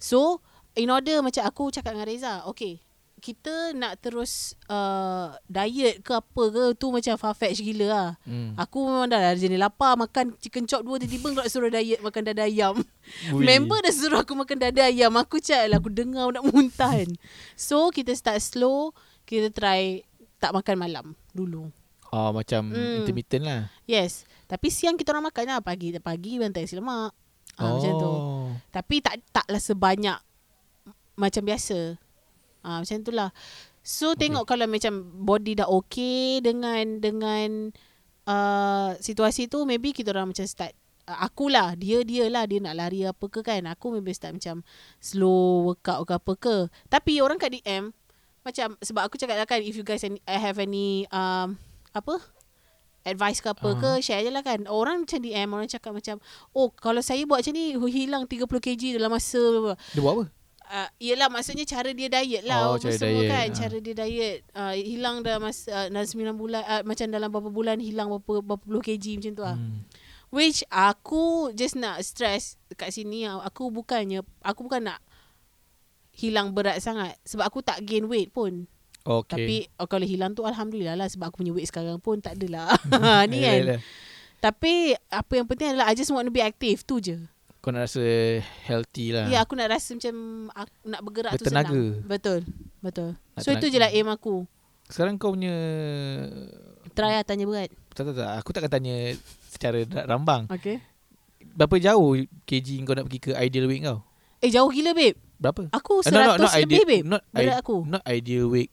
S1: So in order macam aku cakap dengan Reza Okay kita nak terus uh, diet ke apa ke tu macam farfetch gila lah.
S2: Hmm.
S1: Aku memang dah lah jenis lapar makan chicken chop dua tiba-tiba kau nak suruh diet makan dada ayam.
S2: Ui.
S1: Member dah suruh aku makan dada ayam. Aku cakap lah aku dengar nak muntah kan. so kita start slow, kita try tak makan malam dulu.
S2: Ah, macam
S1: Hmm.
S2: intermittent lah.
S1: Yes, tapi siang kita orang makan lah pagi pagi bantai nasi lemak. Ah, oh. macam tu. Tapi tak taklah sebanyak macam biasa. Ah ha, macam itulah. So okay.
S2: Okey.
S1: tengok kalau macam body dah okay dengan dengan uh, situasi tu maybe kita orang macam start uh, akulah dia dia lah dia nak lari apa ke kan aku maybe start macam slow workout ke apa ke tapi orang kat DM macam sebab aku cakap lah kan if you guys any, I have any um, apa advice ke apa uh-huh. ke share je lah kan orang macam DM orang cakap macam oh kalau saya buat macam ni hilang 30 kg dalam masa blah, blah, blah."
S2: Dia buat apa?
S1: uh, yelah maksudnya cara dia diet lah oh,
S2: Oh, cara
S1: semua
S2: diet,
S1: diet. kan
S2: ah.
S1: cara dia diet uh, hilang dalam masa uh, dalam 9 bulan uh, macam dalam beberapa bulan hilang berapa berapa puluh kg macam tu lah hmm.
S2: Hmm.
S1: which aku just nak stress kat sini ah, aku bukannya aku bukan nak hilang berat sangat sebab aku tak gain weight pun
S2: Okay.
S1: okay. tapi oh, kalau hilang tu alhamdulillah lah sebab aku punya weight sekarang pun tak adalah ni
S2: Yelah,
S1: kan
S2: yelah.
S1: tapi apa yang penting adalah I just want to be active tu je
S2: Kau nak rasa healthy lah.
S1: Ya aku nak rasa macam aku nak bergerak
S2: Bertenaga.
S1: tu senang. Betul. Betul.
S2: Nak
S1: so itu
S2: tenaga.
S1: je lah aim aku.
S2: Sekarang kau punya...
S1: Try lah tanya berat.
S2: Tak, tak, tak. Aku takkan tanya secara ra- rambang.
S1: Okay.
S2: Berapa jauh kg kau nak pergi ke ideal weight kau?
S1: Eh jauh gila babe.
S2: Berapa?
S1: Aku 100 Oh,
S2: Ah,
S1: lebih
S2: ideal,
S1: babe.
S2: Not,
S1: Berat
S2: i-
S1: aku.
S2: not ideal weight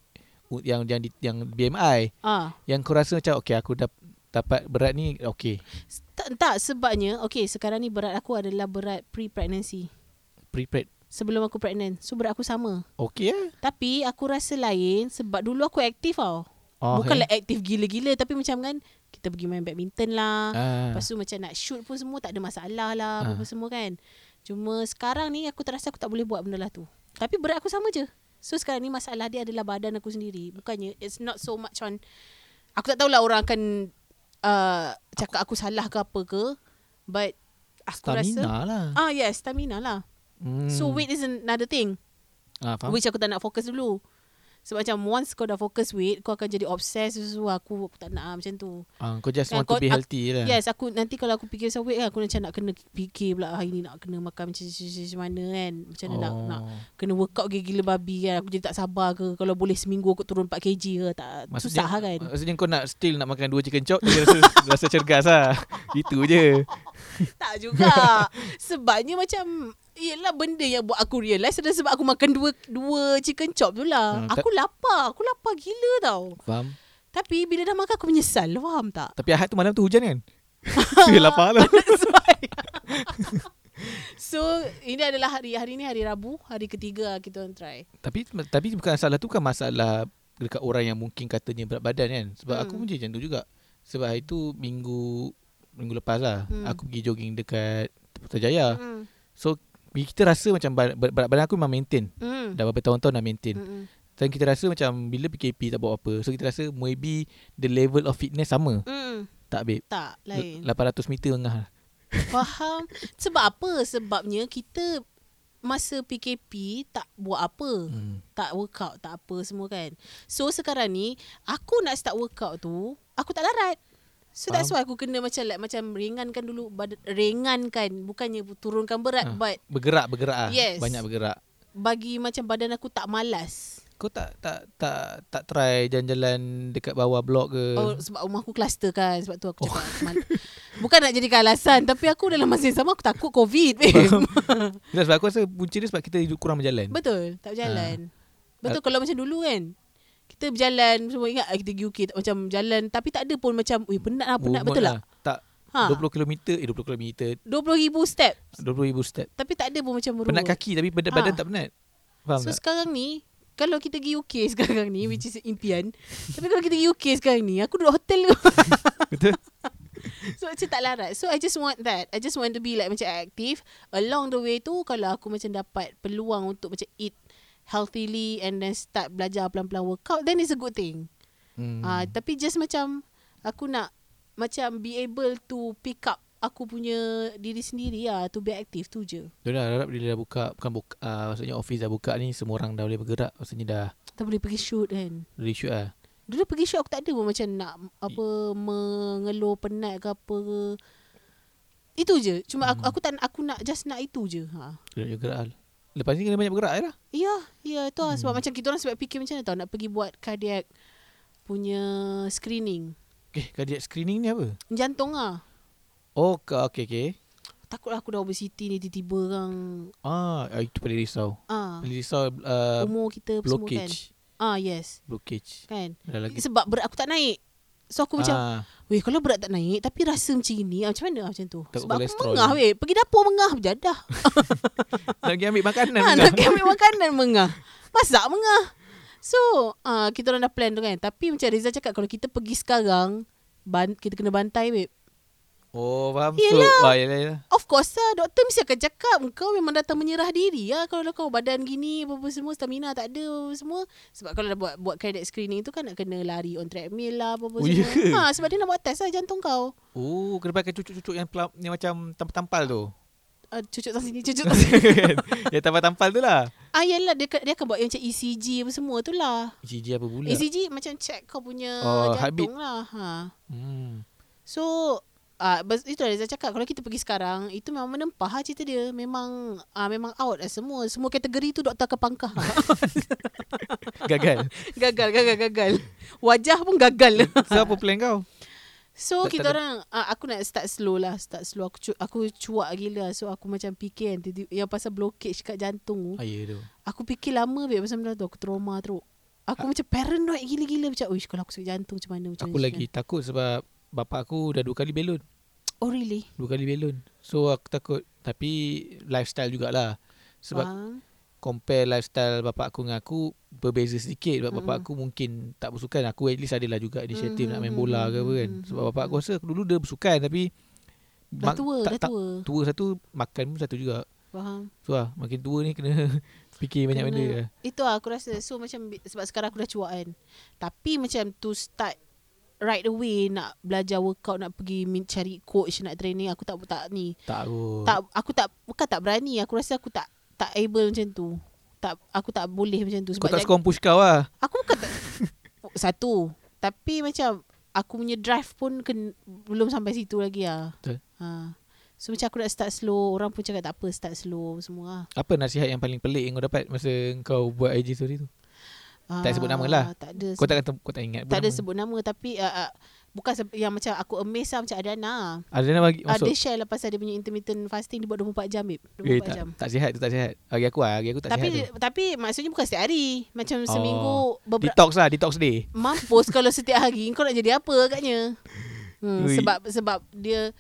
S2: u- yang yang di- yang BMI
S1: Ah.
S2: yang kau rasa macam okay aku dap, dapat berat ni okay
S1: S- Tak, tak sebabnya okay sekarang ni berat aku adalah berat pre-pregnancy.
S2: prepared
S1: Sebelum aku pregnant. So berat aku sama.
S2: okay lah
S1: Tapi aku rasa lain sebab dulu aku aktif tau.
S2: oh,
S1: Bukanlah aktif gila-gila tapi macam kan kita pergi main badminton lah.
S2: ah.
S1: Lepas tu macam nak shoot pun semua tak ada masalah lah
S2: Ah.
S1: apa-apa semua kan. Cuma sekarang ni aku terasa aku tak boleh buat benda lah tu. Tapi berat aku sama je. So sekarang ni masalah dia adalah badan aku sendiri. Bukannya it's not so much on aku tak tahulah orang akan uh, cakap aku salah ke apa ke but aku
S2: stamina
S1: rasa
S2: lah
S1: ah yes stamina lah. Hmm.
S2: hmm.
S1: So weight is another thing
S2: ah, faham?
S1: which aku tak nak fokus dulu. Sebab macam once kau dah fokus weight kau akan jadi obsessed sesuatu aku, aku tak nak ah, macam tu.
S2: ah, kau just
S1: Kan
S2: want to
S1: kau-
S2: be
S1: ak-
S2: healthy lah
S1: Yes aku nanti kalau aku fikir pasal weight kan aku macam nak kena fikir pula hari ni nak kena makan macam, macam, macam, macam mana kan. Macam mana oh. nak nak kena workout gila-gila babi kan. Aku jadi tak sabar ke kalau boleh seminggu aku turun 4 kg ke tak susah lah kan.
S2: Maksudnya kau nak still nak makan dua chicken chop Tapi rasa, rasa cergas lah Itu je
S1: tak juga. Sebabnya macam Yelah benda yang buat aku realise adalah sebab aku makan dua dua chicken chop tu lah.
S2: Hmm,
S1: Hmm,
S2: tak-
S1: aku lapar. Aku lapar gila tau.
S2: Faham?
S1: Tapi bila dah makan aku menyesal. Lu faham tak?
S2: Tapi Ahad tu malam tu hujan kan? tu yang lapar lah.
S1: That's why. so ini adalah hari hari ni hari Rabu, hari ketiga lah kita orang try.
S2: tapi tapi bukan masalah tu kan masalah dekat orang yang mungkin katanya berat badan kan. Sebab hmm. aku
S1: Hmm.
S2: pun macam tu juga. Sebab hari tu minggu minggu lepas lah hmm.
S1: Hmm.
S2: aku pergi jogging dekat Putrajaya. Hmm.
S1: Hmm.
S2: So kita rasa macam bar- bar- berat badan aku memang maintain.
S1: Hmm.
S2: Dah berapa tahun-tahun dah maintain. Hmm.
S1: Hmm.
S2: Dan kita rasa macam bila PKP tak buat apa. So kita rasa maybe the level of fitness sama.
S1: Hmm.
S2: Tak babe.
S1: Tak lain.
S2: 800 meter tengah.
S1: Faham. Sebab apa? Sebabnya kita masa PKP tak buat apa.
S2: Hmm.
S1: Tak workout, tak apa semua kan. So sekarang ni aku nak start workout tu, aku tak larat. So that's why aku kena macam like, macam ringankan dulu bad- ringankan bukannya turunkan berat
S2: Ah.
S1: but
S2: Bergerak bergerak ah.
S1: Yes.
S2: Banyak bergerak.
S1: bagi macam badan aku tak malas.
S2: Kau tak tak tak tak try jalan-jalan dekat bawah blok ke?
S1: Oh, sebab rumah aku kluster kan Sebab tu aku cakap aku mal- Bukan nak jadikan alasan Tapi aku dalam masa yang sama Aku takut COVID babe.
S2: Yelah, sebab aku rasa punca dia sebab kita hidup kurang berjalan.
S1: Betul,
S2: Ah.
S1: tak berjalan. Ha.
S2: Eh.
S1: Betul kalau macam dulu kan. Kita berjalan semua ingat ah, kita pergi UK tak, macam jalan tapi tak ada pun macam weh penat lah penat
S2: Movement
S1: betul tak?
S2: Tak.
S1: Ha.
S2: Ha. 20 km, eh 20 km,
S1: 20,000 step
S2: 20 ribu step.
S1: tapi tak ada pun macam merut.
S2: Penat kaki tapi badan,
S1: Ha.
S2: badan tak penat. Faham
S1: So
S2: tak?
S1: sekarang ni kalau kita pergi UK sekarang ni which is impian. tapi kalau kita pergi UK sekarang ni aku duduk hotel tu.
S2: Betul?
S1: so macam tak larat. So I just want that. I just want to be like macam active along the way tu kalau aku macam dapat peluang untuk macam eat healthily and then start belajar pelan-pelan workout then it's a good thing.
S2: Hmm.
S1: Ah, tapi just macam aku nak macam be able to pick up aku punya diri sendiri lah to be active tu je.
S2: Tu dah harap bila dah buka, bukan buka, uh, maksudnya office dah buka ni semua orang dah boleh bergerak. Maksudnya dah
S1: Tak boleh pergi shoot kan.
S2: reshoot lah.
S1: Dulu pergi shoot aku tak ada pun macam nak apa mengeluh penat ke apa ke. Itu je. Cuma
S2: Hmm.
S1: aku, aku tak aku nak just nak itu je. Ha.
S2: Gerak-gerak lah. Lepas ni kena banyak bergerak je lah.
S1: Ya, ya tu lah.
S2: Hmm.
S1: sebab macam kita orang sebab fikir macam mana tau nak pergi buat cardiac punya screening.
S2: Okay, cardiac screening ni apa?
S1: Jantung ah.
S2: Oh, ke- okay, okay.
S1: Takutlah aku dah obesity ni tiba-tiba orang
S2: Ah, ah, itu paling risau.
S1: ah
S2: Paling risau uh,
S1: umur kita semua kan.
S2: blockage.
S1: Ah yes,
S2: Blockage.
S1: kan.
S2: Dah lagi.
S1: Sebab berat aku tak naik. So aku macam,
S2: Ah,
S1: weh kalau berat tak naik tapi rasa macam ni, ah, macam mana ah, macam tu?
S2: Takut
S1: Sebab aku
S2: kolesterol.
S1: mengah weh. Pergi dapur mengah berjadah.
S2: nak pergi ambil makanan.
S1: Ha,
S2: pula.
S1: nak pergi ambil makanan mengah. Masak mengah. So, ah, kita orang dah plan tu kan. Tapi macam Reza cakap kalau kita pergi sekarang, ban- kita kena bantai babe.
S2: Oh, faham.
S1: Yelah.
S2: So, ah, yelah, yelah.
S1: Of course lah Doktor mesti akan cakap Kau memang datang menyerah diri lah Kalau kau badan gini Apa-apa semua Stamina tak ada apa-apa semua Sebab kalau dah buat Buat cardiac screening tu kan Nak kena lari on treadmill lah Apa-apa
S2: Oh,
S1: semua
S2: ya ke?
S1: ha, Sebab dia nak buat test lah jantung kau
S2: Oh, kena pakai cucuk-cucuk yang, pelam, yang macam tampal-tampal tu.
S1: uh, Cucuk tak sini Cucuk tak sini
S2: yang tampal-tampal tu lah.
S1: Ah yelah dia, dia akan buat yang macam ECG apa semua tu lah
S2: ECG apa pula?
S1: ECG macam check kau punya
S2: Oh,
S1: oh,
S2: heartbeat.
S1: jantung lah ha.
S2: Hmm.
S1: So Ah, uh, itu Reza cakap kalau kita pergi sekarang itu memang menempah lah cerita dia memang ah memang out lah semua semua kategori tu doktor akan pangkah lah.
S2: Gagal.
S1: Gagal, gagal, gagal. Wajah pun gagal.
S2: so, apa plan kau?
S1: So
S2: Eh, Tak- tak
S1: kita
S2: ada-
S1: orang uh, aku nak start slow lah, start slow. Aku cu- aku cuak gila. So aku macam fikir kan tiba- yang pasal blockage kat jantung. tu.
S2: Ayah tu.
S1: Aku fikir lama babe pasal benda tu aku trauma teruk. Aku macam paranoid gila-gila macam, "Uish, kalau aku sakit jantung macam mana macam
S2: Ah. Aku
S1: mana?"
S2: lagi takut sebab bapa aku dah dua kali belon.
S1: Oh really?
S2: Dua kali belon. So, aku takut. Tapi, lifestyle jugalah. Sebab
S1: Faham.
S2: compare lifestyle bapak aku dengan aku berbeza sedikit sebab bapak
S1: Mm-mm.
S2: aku mungkin tak bersukan aku at least adalah juga inisiatif nak main
S1: Mm-mm,
S2: bola ke apa kan
S1: mm-mm,
S2: sebab bapak aku rasa dulu dia bersukan tapi
S1: hmm, dah tua,
S2: tak,
S1: dah
S2: tak,
S1: tua.
S2: tua satu makan pun satu juga
S1: Faham.
S2: so lah makin tua ni kena fikir banyak
S1: Kena.
S2: benda lah.
S1: Itu lah aku rasa So macam bi- Sebab sekarang aku dah cuak kan Tapi macam to start Right away Nak belajar workout Nak pergi min- cari coach Nak training Aku tak tak ni
S2: tak kot
S1: tak Aku tak Bukan tak berani Aku rasa aku tak Tak able macam tu tak Aku tak boleh macam tu Sebab
S2: kau tak
S1: jag-
S2: suka orang push kau lah
S1: Aku bukan tak Satu Tapi macam Aku punya drive pun ken, Belum sampai situ lagi lah
S2: Betul.
S1: ha. So macam aku nak start slow Orang pun cakap tak apa Start slow semua lah
S2: apa nasihat yang paling pelik yang kau dapat masa kau buat IG story tu Tak sebut nama lah.
S1: Ah, Tak ada.
S2: Kau tak kata kau tak ingat.
S1: tak ada
S2: nama.
S1: sebut nama tapi uh, uh, bukan se- yang macam aku amazed lah macam Adriana.
S2: Ada nak bagi
S1: Uh,
S2: masuk.
S1: dia share lah pasal dia punya intermittent fasting dia buat 24 jam babe. 24
S2: eh, tak,
S1: jam.
S2: tak sihat tu tak sihat. Bagi aku lah, bagi aku tak
S1: tapi
S2: sihat. tu.
S1: tapi maksudnya bukan setiap hari. Macam
S2: Oh.
S1: seminggu beberapa
S2: Detox lah, detox day.
S1: mampus kalau setiap hari kau nak jadi apa agaknya. Hmm,
S2: Ui.
S1: sebab sebab dia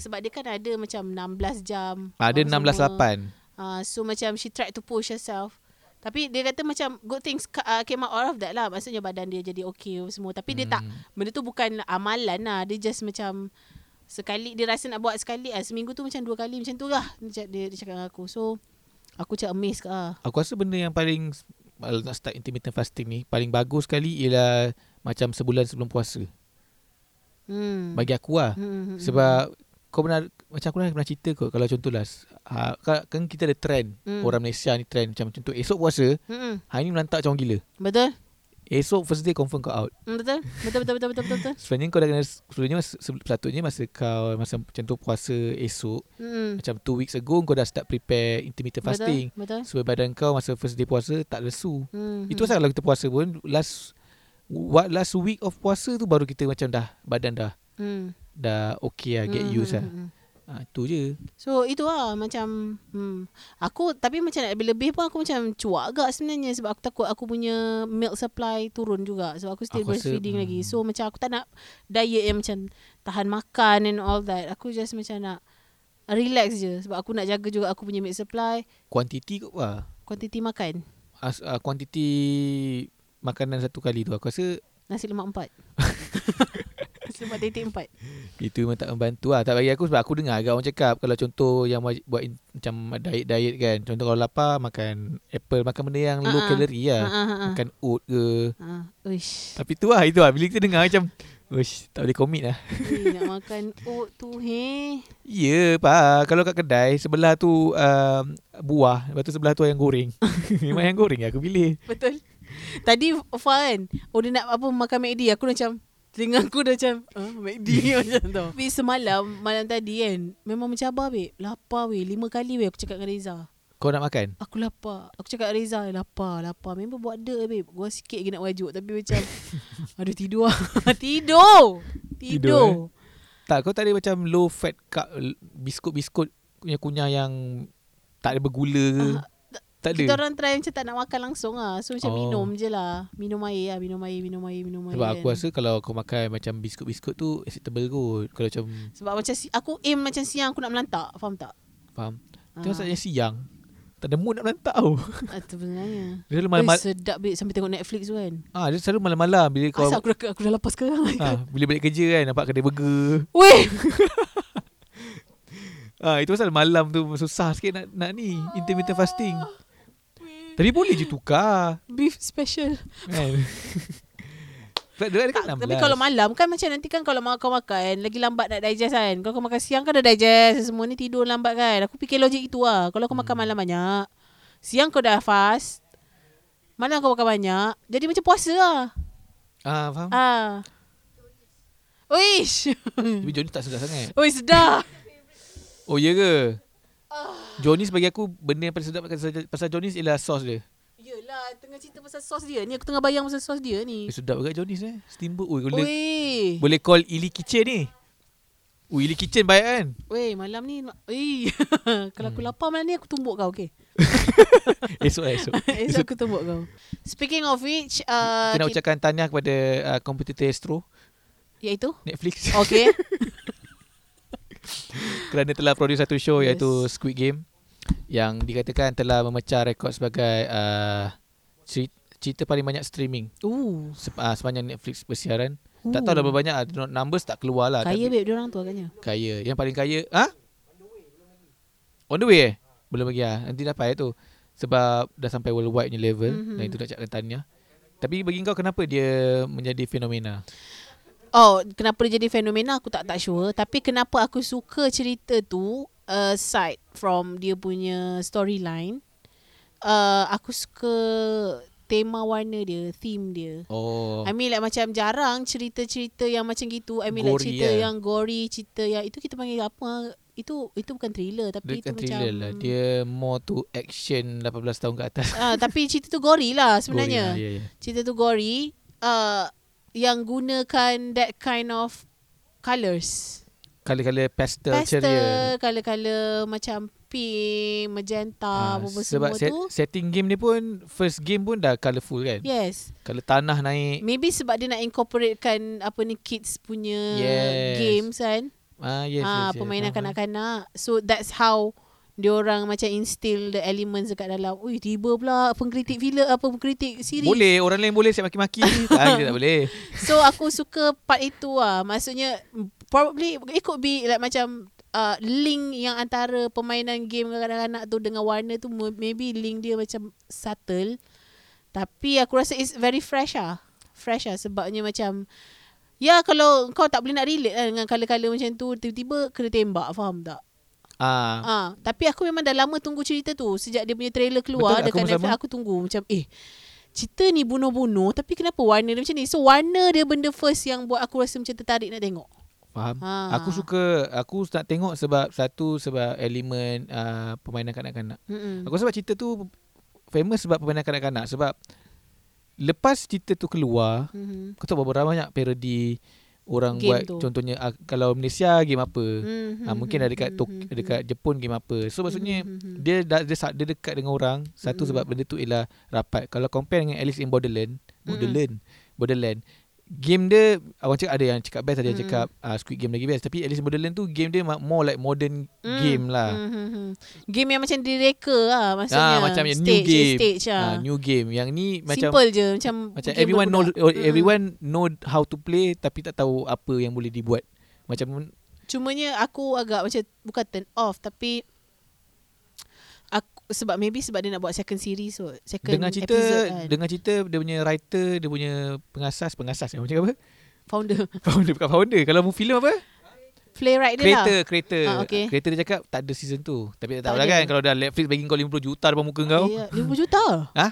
S1: sebab dia kan ada macam 16 jam.
S2: Ada
S1: ah,
S2: enam belas
S1: semua.
S2: lapan.
S1: Uh, so macam she tried to push herself. Tapi dia kata macam good things ca- uh, came out out of that lah. Maksudnya badan dia jadi okay semua. Tapi dia
S2: Hmm.
S1: tak, benda tu bukan amalan lah. Dia just macam sekali, dia rasa nak buat sekali lah. Seminggu tu macam dua kali macam tu lah. Dia, dia, dia cakap dengan aku. So, aku macam amazed kat lah.
S2: Aku rasa benda yang paling kalau nak start intermittent fasting ni paling bagus sekali ialah macam sebulan sebelum puasa.
S1: Hmm.
S2: Bagi aku lah.
S1: Hmm.
S2: Sebab kau pernah macam aku dah pernah cerita kot kalau contohlah ha, kan kita ada trend
S1: Hmm.
S2: orang Malaysia ni trend macam contoh esok puasa
S1: Hmm.
S2: hari ni melantak macam orang gila.
S1: Betul?
S2: Esok first day confirm kau out.
S1: Hmm, betul? Betul, betul, betul, betul, betul, betul.
S2: Sebenarnya kau dah kena sebenarnya masa, sebelum- sepatutnya masa kau masa contoh puasa esok
S1: Hmm.
S2: macam two weeks ago kau dah start prepare intermittent fasting.
S1: Betul? betul.
S2: Supaya badan kau masa first day puasa tak lesu.
S1: Hmm.
S2: Itu pasal kalau kita puasa pun last what last week of puasa tu baru kita macam dah badan dah
S1: Hmm.
S2: dah okay lah get
S1: Hmm,
S2: used
S1: hmm,
S2: lah.
S1: hmm, hmm.
S2: Ha, tu je.
S1: So itu lah macam hmm. Aku tapi macam nak lebih-lebih pun aku macam cuak agak sebenarnya Sebab aku takut aku punya milk supply turun juga Sebab aku still aku
S2: Aku rasa,
S1: breastfeeding
S2: hmm.
S1: lagi So macam aku tak nak diet yang macam tahan makan and all that Aku just macam nak relax je Sebab aku nak jaga juga aku punya milk supply
S2: Kuantiti kot lah.
S1: Kuantiti makan
S2: As, uh, kuantiti makanan satu kali tu aku rasa
S1: Nasi lemak empat Nasi lemak titik empat
S2: itu memang tak membantu lah. Tak bagi aku sebab aku dengar agak orang cakap kalau contoh yang wajib, buat in, macam diet-diet kan. Contoh kalau lapar makan apple, makan benda yang
S1: Ah,
S2: low
S1: ah.
S2: calorie
S1: Ha,
S2: lah.
S1: ha, ha, ha.
S2: Makan oat ke.
S1: Ah, uish.
S2: Tapi tu lah, itu lah. Bila kita dengar macam, Uish, tak boleh commit lah.
S1: Eh, nak makan oat tu heh.
S2: Ya, Pak. Kalau kat kedai, sebelah tu um, buah. Lepas tu sebelah tu ayam goreng. Memang ayam goreng yang aku pilih.
S1: Betul. Tadi Fa kan, oh dia nak apa makan McD. Aku macam telinga aku dah macam ah, McD macam tu. Tapi semalam, malam tadi kan, memang mencabar babe. Lapar weh, lima kali weh aku cakap dengan Reza.
S2: Kau nak makan?
S1: Aku lapar. Aku cakap dengan Reza, lapar, lapar. Memang buat dek babe. Gua sikit lagi nak wajuk tapi macam aduh tidur lah. tidur. Tidur.
S2: Tidur, Tak, kau tak ada macam low fat cup, biskut-biskut kunyah-kunyah yang tak ada bergula ke?
S1: Ah,
S2: tak
S1: Kita
S2: ada?
S1: orang try macam tak nak makan langsung lah. So macam
S2: Oh.
S1: oh. minum je lah. Minum air lah. Minum air, minum air, minum air.
S2: Sebab
S1: kan.
S2: aku rasa kalau kau makan macam biskut-biskut tu acceptable kot. Kalau macam,
S1: Sebab macam si- aku aim macam siang aku nak melantak. Faham tak?
S2: faham?
S1: Ah.
S2: Tengok saatnya siang. Tak ada mood nak melantak tau.
S1: Ah, tu sebenarnya.
S2: Dia selalu
S1: Malam,
S2: malam-malam.
S1: sedap babe sampai tengok Netflix tu kan.
S2: Ah, dia selalu malam-malam bila kau
S1: Asal aku dah, aku dah lepas sekarang. Ha.
S2: ah, bila balik kerja kan nampak kedai burger.
S1: Weh,
S2: Ah itu pasal malam tu susah sikit nak nak ni intermittent fasting. Tapi boleh je tukar
S1: beef special.
S2: kan. Sebab dia ada kat
S1: Tak,
S2: 16.
S1: tapi kalau malam kan macam nanti kan kalau ma- kau makan lagi lambat nak digest kan. Kalau kau makan siang kan dah digest semua ni tidur lambat kan. Aku fikir logik itu lah. Kalau kau
S2: Hmm.
S1: makan malam banyak, siang kau dah fast, malam kau makan banyak, jadi macam puasa lah.
S2: ah faham.
S1: Ah. Uish.
S2: Tapi Johnny tak sedap sangat.
S1: Oi sedap.
S2: Oh ya ke?
S1: Ah.
S2: Johnny bagi aku benda yang paling sedap pasal, pasal Johnny ialah sos dia.
S1: Yelah tengah cerita pasal sos dia ni aku tengah bayang pasal sos dia ni.
S2: Eh, sedap juga Johnny eh. Steamboat. Oi, boleh
S1: Oi.
S2: boleh call Ili Kitchen ni. Oh Ili Kitchen baik kan?
S1: Weh malam ni nak- Weh Kalau
S2: Hmm.
S1: aku lapar malam ni Aku tumbuk kau okay
S2: Esok lah esok.
S1: Esok ah, aku tumbuk kau Speaking of which uh,
S2: Kita nak ucapkan tahniah kepada uh, kompetitor Astro
S1: Iaitu
S2: Netflix
S1: Okay
S2: kerana telah produce satu show yes.
S1: Yes.
S2: iaitu Squid Game yang dikatakan telah memecah rekod sebagai uh, cerita, cerita paling banyak streaming
S1: Ooh.
S2: se- uh, sepanjang Netflix bersiaran. Ooh.
S1: Ooh.
S2: Tak tahu dah berapa banyak ah, no- numbers tak keluar lah.
S1: Kaya
S2: tapi,
S1: babe orang tu agaknya
S2: kaya. Yang paling kaya, ha? On the way eh? Belum lagi ah. Nanti dapat eh, tu. Sebab dah sampai worldwide punya level mm-hmm.
S1: Mhm.
S2: dan itu nak cakapkan tahniah. Tapi bagi kau kenapa dia menjadi fenomena?
S1: Oh kenapa dia jadi fenomena Aku tak tak sure Tapi kenapa aku suka cerita tu uh, Aside from dia punya storyline uh, Aku suka Tema warna dia Theme dia
S2: Oh.
S1: I mean like macam jarang cerita-cerita yang macam gitu. I mean like
S2: Gory,
S1: cerita
S2: eh.
S1: yang gory, cerita yang itu kita panggil apa? itu itu bukan thriller
S2: Dia
S1: tapi
S2: bukan
S1: itu macam
S2: thriller lah. Dia more to action 18 tahun ke atas.
S1: Ah, tapi cerita tu gory lah sebenarnya.
S2: Goreng lah, Ya, ya.
S1: Cerita tu gory uh, yang gunakan that kind of colours.
S2: Kala-kala pastel, ceria.
S1: Pastel, color-color macam pink, magenta,
S2: Ah,
S1: apa-apa
S2: sebab
S1: semua
S2: set,
S1: tu. Ya.
S2: setting game ni pun first game pun dah colourful kan. Yeah.
S1: Yes.
S2: Kalau tanah naik
S1: Maybe sebab dia nak incorporatekan apa ni kids punya
S2: Yes.
S1: games kan.
S2: ah yes,
S1: ah
S2: yes, yes,
S1: permainan
S2: faham, faham.
S1: kanak-kanak. So that's how diorang macam instill the elements dekat dalam. Ui, tiba pula pengkritik filem apa pengkritik series.
S2: Boleh orang lain boleh saya maki-maki ah, kita tak boleh.
S1: So aku suka part itu lah. Maksudnya probably it could be like macam uh, link yang antara permainan game kanak-kanak tu dengan warna tu mu- maybe link dia macam subtle. Tapi aku rasa it's very fresh ah. Fresh ah sebabnya macam Ya kalau kau tak boleh nak relate lah dengan color-color macam tu Tiba-tiba kena tembak faham tak?
S2: Ah
S1: Ah, tapi aku memang dah lama tunggu cerita tu sejak dia punya trailer keluar
S2: Betul,
S1: dekat
S2: aku pun
S1: Netflix
S2: sama.
S1: aku tunggu macam eh cerita ni bunuh-bunuh tapi kenapa warna dia macam ni? So warna dia benda first yang buat aku rasa macam tertarik nak tengok.
S2: faham.
S1: Ah.
S2: Aku suka aku nak tengok sebab satu sebab elemen uh, permainan kanak-kanak.
S1: Mm-mm.
S2: Aku sebab cerita tu famous sebab permainan kanak-kanak sebab lepas cerita tu keluar,
S1: Mhm.
S2: kau tahu berapa banyak parody orang
S1: Game
S2: buat
S1: tu.
S2: contohnya ah, kalau Malaysia game apa.
S1: Mhm.
S2: Ah, mungkin ada dekat Tok-
S1: Mhm.
S2: dekat Jepun game apa. So maksudnya
S1: Mhm.
S2: dia dah dia, sa- dia dekat dengan orang satu
S1: Mm-mm.
S2: sebab benda tu ialah rapat. Kalau compare dengan Alice in Borderland, Borderland,
S1: Mm-hmm.
S2: Borderland game dia orang cakap ada yang cakap best ada yang
S1: Mm-mm.
S2: cakap ah, Squid Game lagi best tapi Alice in Borderland tu game dia ma- more like modern
S1: Mm.
S2: game lah.
S1: Mhm. Game yang macam direka lah maksudnya.
S2: Ah macam yang new
S1: stage,
S2: game.
S1: Stage lah.
S2: Ah, new game. Yang ni macam
S1: Simple je macam game
S2: macam
S1: Mm-hmm.
S2: everyone know
S1: berbudak. Mm-mm.
S2: everyone know how to play tapi tak tahu apa yang boleh dibuat. Macam
S1: Cumanya aku agak macam bukan turn off tapi aku sebab maybe sebab dia nak buat second series so second
S2: dengar cerita
S1: episode kan.
S2: dengar cerita dia punya writer, dia punya pengasas, pengasas eh, macam apa?
S1: founder
S2: Founder bukan founder. Kalau mu filem apa?
S1: playwright dia
S2: Kereta,
S1: lah.
S2: kereta.
S1: Ah, okey.
S2: Kereta dia cakap tak ada season tu. Tapi
S1: Tak
S2: tak tahu lah
S1: ada.
S2: kan kalau dah Netflix bagi kau 50 juta depan muka kau.
S1: Ya, 50 juta.
S2: Ha?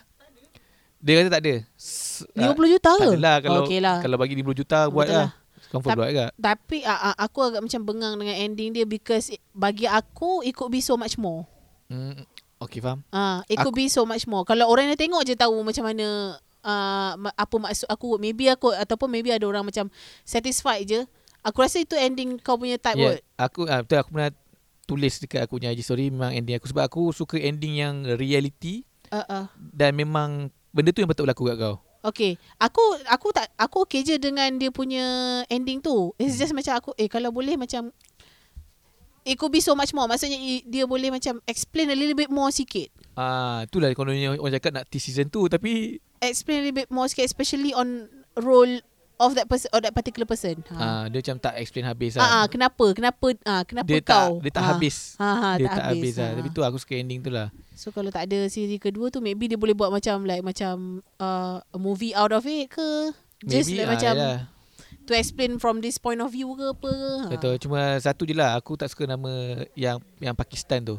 S2: Dia kata tak ada. S- ah,
S1: 50 juta
S2: tak
S1: ke?
S2: adalah kalau
S1: Okey lah.
S2: kalau bagi 50 juta
S1: Betul
S2: buat
S1: lah.
S2: lah. Confirm
S1: Tap-
S2: buat agak.
S1: Tapi uh, aku agak macam bengang dengan ending dia because it- bagi aku it could be so much more.
S2: Hmm, okey faham.
S1: Ah, it could be so much more. Kalau orang yang tengok je tahu macam mana uh, apa maksud aku, maybe aku ataupun maybe ada orang macam satisfied je. Aku rasa itu ending kau punya type yeah.
S2: Ya, aku ah, betul aku pernah tulis dekat aku punya IG story memang ending aku sebab aku suka ending yang reality
S1: Uh, uh.
S2: dan memang benda tu yang betul berlaku kat kau.
S1: Okay, aku aku tak aku okay je dengan dia punya ending tu. It's just macam aku eh kalau boleh macam it could be so much more. Maksudnya i- dia boleh macam explain a little bit more sikit.
S2: Ah, itulah kononnya orang cakap nak tease season tu tapi
S1: Explain a little bit more sikit especially on role of that person or that particular person. Ha.
S2: ah, dia macam tak explain habis
S1: Ah, ah,
S2: lah.
S1: kenapa? Kenapa? Ah, kenapa
S2: dia tak
S1: kau?
S2: dia tak
S1: Ah.
S2: habis.
S1: Ha, ha,
S2: dia tak habis, lah.
S1: ha.
S2: Tapi tu aku suka ending tu lah.
S1: So kalau tak ada siri kedua tu maybe dia boleh buat macam like macam uh, a movie out of it ke? Just like
S2: ah,
S1: macam
S2: yalah.
S1: to explain from this point of view ke apa ke? Ha.
S2: Tak tahu cuma satu je lah aku tak suka nama yang yang Pakistan tu.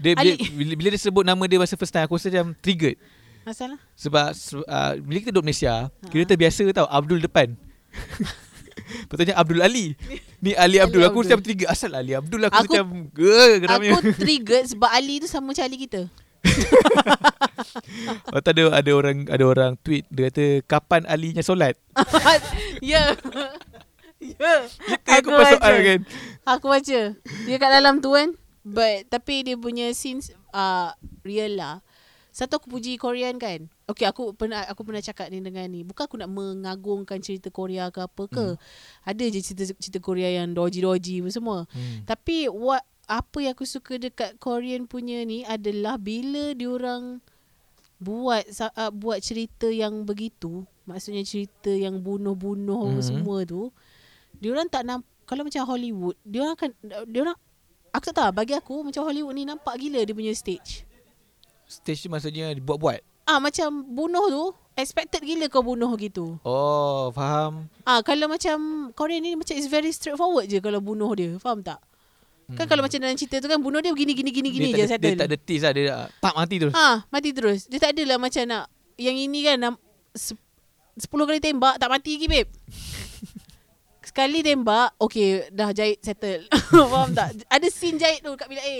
S2: Dia bila,
S1: Ali.
S2: bila, bila dia sebut nama dia masa first time aku rasa macam triggered.
S1: Masalah.
S2: Sebab se- uh, bila kita duduk Malaysia,
S1: Ah.
S2: kita biasa tau Abdul depan. Patutnya Abdul Ali. Ni Ali
S1: Ali
S2: Abdul. Aku
S1: Abdul.
S2: macam trigger asal Ali Abdul aku,
S1: Aku-
S2: macam "Grr," geramnya.
S1: Aku triggered sebab Ali tu sama macam Ali kita.
S2: Lepas tu ada ada orang ada orang tweet dia kata kapan Alinya solat.
S1: ya. Ya.
S2: Itu yang aku persoal
S1: baca.
S2: kan.
S1: Aku baca. Dia kat dalam tu kan. But tapi dia punya scenes uh, real lah. Satu aku puji Korean kan. Okay aku pernah aku pernah cakap ni dengan ni. Bukan aku nak mengagungkan cerita Korea ke apa ke. Ada je cerita cerita Korea yang doji-doji apa semua.
S2: Hmm.
S1: Tapi what apa yang aku suka dekat Korean punya ni adalah bila diorang buat sa- uh, buat cerita yang begitu, maksudnya cerita yang bunuh-bunuh mm-hmm.
S2: Mhm.
S1: semua tu, diorang tak namp kalau macam Hollywood, diorang kan diorang aku tak tahu bagi aku macam Hollywood ni nampak gila dia punya stage.
S2: Stage tu maksudnya dibuat-buat.
S1: Ah macam bunuh tu expected gila kau bunuh gitu.
S2: Oh, faham.
S1: Ah kalau macam Korean ni macam it's very straightforward je kalau bunuh dia, faham tak? Kan kalau macam dalam cerita tu kan bunuh dia begini gini gini gini
S2: Hmm.
S1: je
S2: dia tak,
S1: settle.
S2: ada, dia tak ada tease lah dia tak- tak mati terus.
S1: Ha, mati terus. Dia tak adalah macam nak yang ini kan nam, se, 10 kali tembak tak mati lagi babe. Sekali tembak Okay dah jahit settle Faham tak Ada scene jahit tu Kat bilik A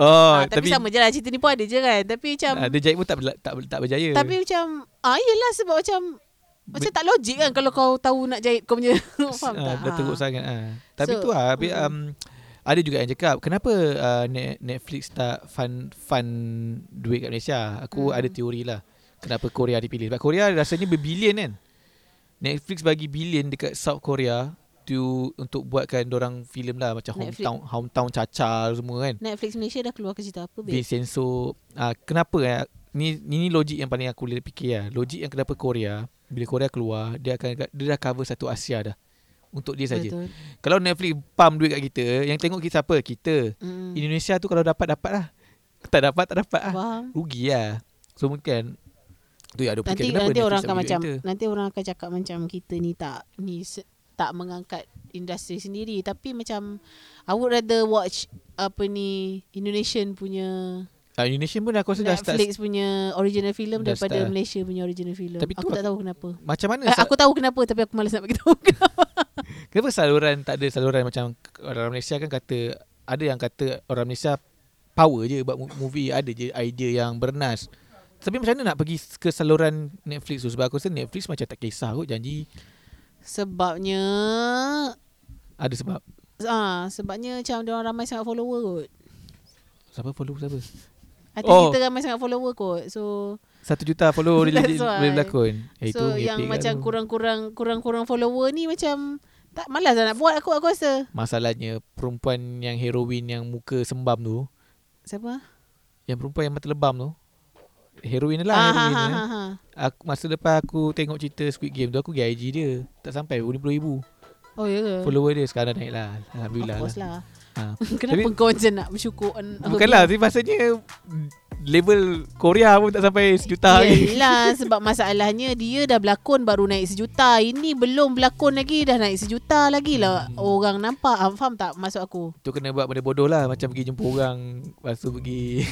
S2: Oh,
S1: Ah, tapi, tapi sama je lah Cerita ni pun ada je kan Tapi macam
S2: Ah, dia jahit pun tak berla- tak tak berjaya.
S1: Tapi macam ah yelah sebab macam macam tak logik kan kalau kau tahu nak jahit kau punya faham
S2: Ah,
S1: tak?
S2: Dah teruk
S1: Ha.
S2: sangat ah. Tapi
S1: So,
S2: tu lah tapi
S1: mm.
S2: um, ada juga yang cakap kenapa uh, Net- Netflix tak fund fund duit kat Malaysia. Aku
S1: Mm.
S2: ada teori lah. Kenapa Korea dipilih? Sebab Korea rasanya berbilion kan. Netflix bagi bilion dekat South Korea tu untuk buatkan orang filem lah macam
S1: Netflix.
S2: hometown hometown caca semua kan.
S1: Netflix Malaysia dah keluar ke cerita apa babe?
S2: Vincenzo uh, kenapa eh? ni ni ni logik yang paling aku boleh fikir lah. Logik yang kenapa Korea bila Korea keluar dia akan dia dah cover satu Asia dah. Untuk dia saja.
S1: Betul.
S2: Kalau Netflix pump duit kat kita, yang tengok kita siapa? Kita.
S1: Mm.
S2: Indonesia tu kalau dapat dapat lah. Tak dapat tak dapat lah.
S1: Faham?
S2: Rugi lah. So mungkin tu yang ada
S1: Nanti
S2: fikir kenapa
S1: nanti
S2: Netflix
S1: orang
S2: tak
S1: akan
S2: beli duit
S1: macam
S2: kita?
S1: nanti orang akan cakap macam kita ni tak ni se- tak mengangkat industri sendiri tapi macam I would rather watch apa ni Indonesian punya
S2: Ah, Indonesia pun aku rasa dah start
S1: Netflix punya original film
S2: dah
S1: daripada
S2: start.
S1: Malaysia punya original film.
S2: Tapi tu
S1: aku tak tahu kenapa.
S2: macam mana
S1: Eh,
S2: sa-
S1: aku tahu kenapa tapi aku malas nak bagi tahu.
S2: kenapa saluran tak ada saluran macam orang Malaysia kan kata ada yang kata orang Malaysia power je buat mu- movie ada je idea yang bernas tapi macam mana nak pergi ke saluran Netflix tu sebab aku rasa Netflix macam tak kisah kot janji
S1: Sebabnya
S2: ada sebab
S1: ah sebabnya macam dia orang ramai sangat follower kot.
S2: siapa follow siapa
S1: I think
S2: Oh.
S1: kita ramai sangat follower kot. So
S2: Satu juta follow dia
S1: That's
S2: jadi
S1: why.
S2: boleh berlakon. Eh,
S1: so
S2: itu
S1: yang
S2: ngepek
S1: macam
S2: kat tu.
S1: kurang-kurang kurang-kurang follower ni macam tak malas lah nak buat aku aku rasa.
S2: Masalahnya perempuan yang heroin yang muka sembam tu,
S1: Siapa?
S2: yang perempuan yang mata lebam tu, heroin dia lah
S1: Ah, ha,
S2: heroin
S1: ha,
S2: dia.
S1: ha, ha.
S2: Aku masa lepas aku tengok cerita Squid Game tu aku pergi IG dia. Tak sampai 20,000
S1: Oh ya ke?
S2: follower dia sekarang naik lah. Alhamdulillah.
S1: Of course
S2: lah.
S1: lah.
S2: Ha.
S1: Kenapa
S2: Tapi-
S1: kau macam nak bersyukur on
S2: Bukanlah, tapi maksudnya level Korea pun tak sampai sejuta lagi.
S1: Yelah sebab masalahnya dia dah berlakon baru naik sejuta. Ini belum berlakon lagi dah naik sejuta lagi lah.
S2: Hmm.
S1: Orang nampak. Ah, faham tak maksud aku?
S2: Tu kena buat benda bodoh lah Macam pergi jumpa orang Lepas tu pergi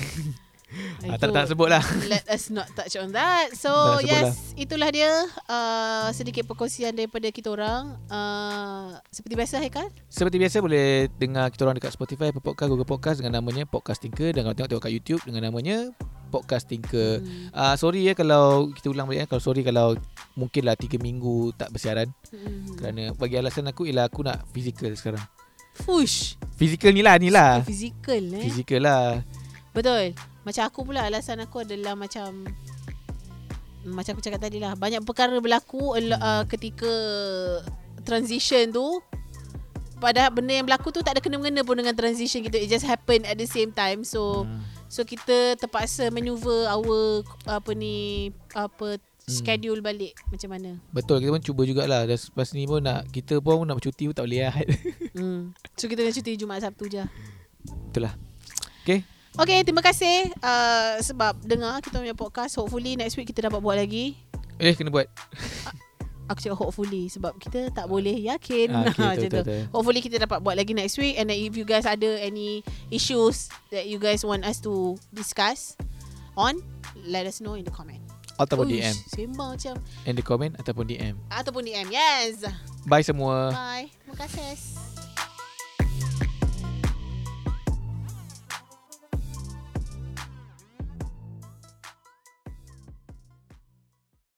S2: ah, tak,
S1: Itu-
S2: tak sebut lah
S1: Let us not touch on that. So
S2: Dah,
S1: yes, itulah dia uh, sedikit perkongsian daripada kita orang. Uh, seperti biasa Haikal.
S2: Seperti biasa boleh dengar kita orang dekat Spotify, Apple Podcast, Google Podcast dengan namanya Podcast Tinker dan kalau tengok-tengok kat YouTube dengan namanya Podcast Tinker.
S1: Hmm.
S2: Ah sorry ya kalau kita ulang balik ya. Kalau sorry kalau mungkinlah 3 minggu tak bersiaran
S1: Hmm.
S2: kerana bagi alasan aku ialah aku nak physical sekarang.
S1: Fush.
S2: Physical ni lah ni lah.
S1: Physical eh.
S2: Physical lah.
S1: Betul. Macam aku pula alasan aku adalah macam macam aku cakap tadi lah banyak perkara berlaku al- uh, ketika transition tu padahal benda yang berlaku tu tak ada kena-mengena pun dengan transition gitu it just happen at the same time so
S2: Hmm.
S1: So kita terpaksa maneuver our apa ni apa schedule balik macam mana.
S2: Betul kita pun cuba jugalah dan lepas ni pun nak kita pun nak bercuti pun tak boleh lah.
S1: hmm. So kita nak cuti Jumaat Sabtu je.
S2: Itulah. Okay.
S1: Okay, terima kasih uh, sebab dengar kita punya podcast. Hopefully next week kita dapat buat lagi.
S2: Eh kena buat.
S1: Aku cakap hopefully sebab kita tak boleh yakin.
S2: Ah,
S1: Macam
S2: okay, betul,
S1: tu.
S2: betul, betul.
S1: Hopefully kita dapat buat lagi next week and then if you guys ada any issues that you guys want us to discuss on, let us know in the comment.
S2: Ataupun
S1: Uish,
S2: DM
S1: Sembang macam
S2: in the comment ataupun DM. Ah.
S1: ataupun DM. Yes.
S2: Bye semua.
S1: Bye. Terima kasih.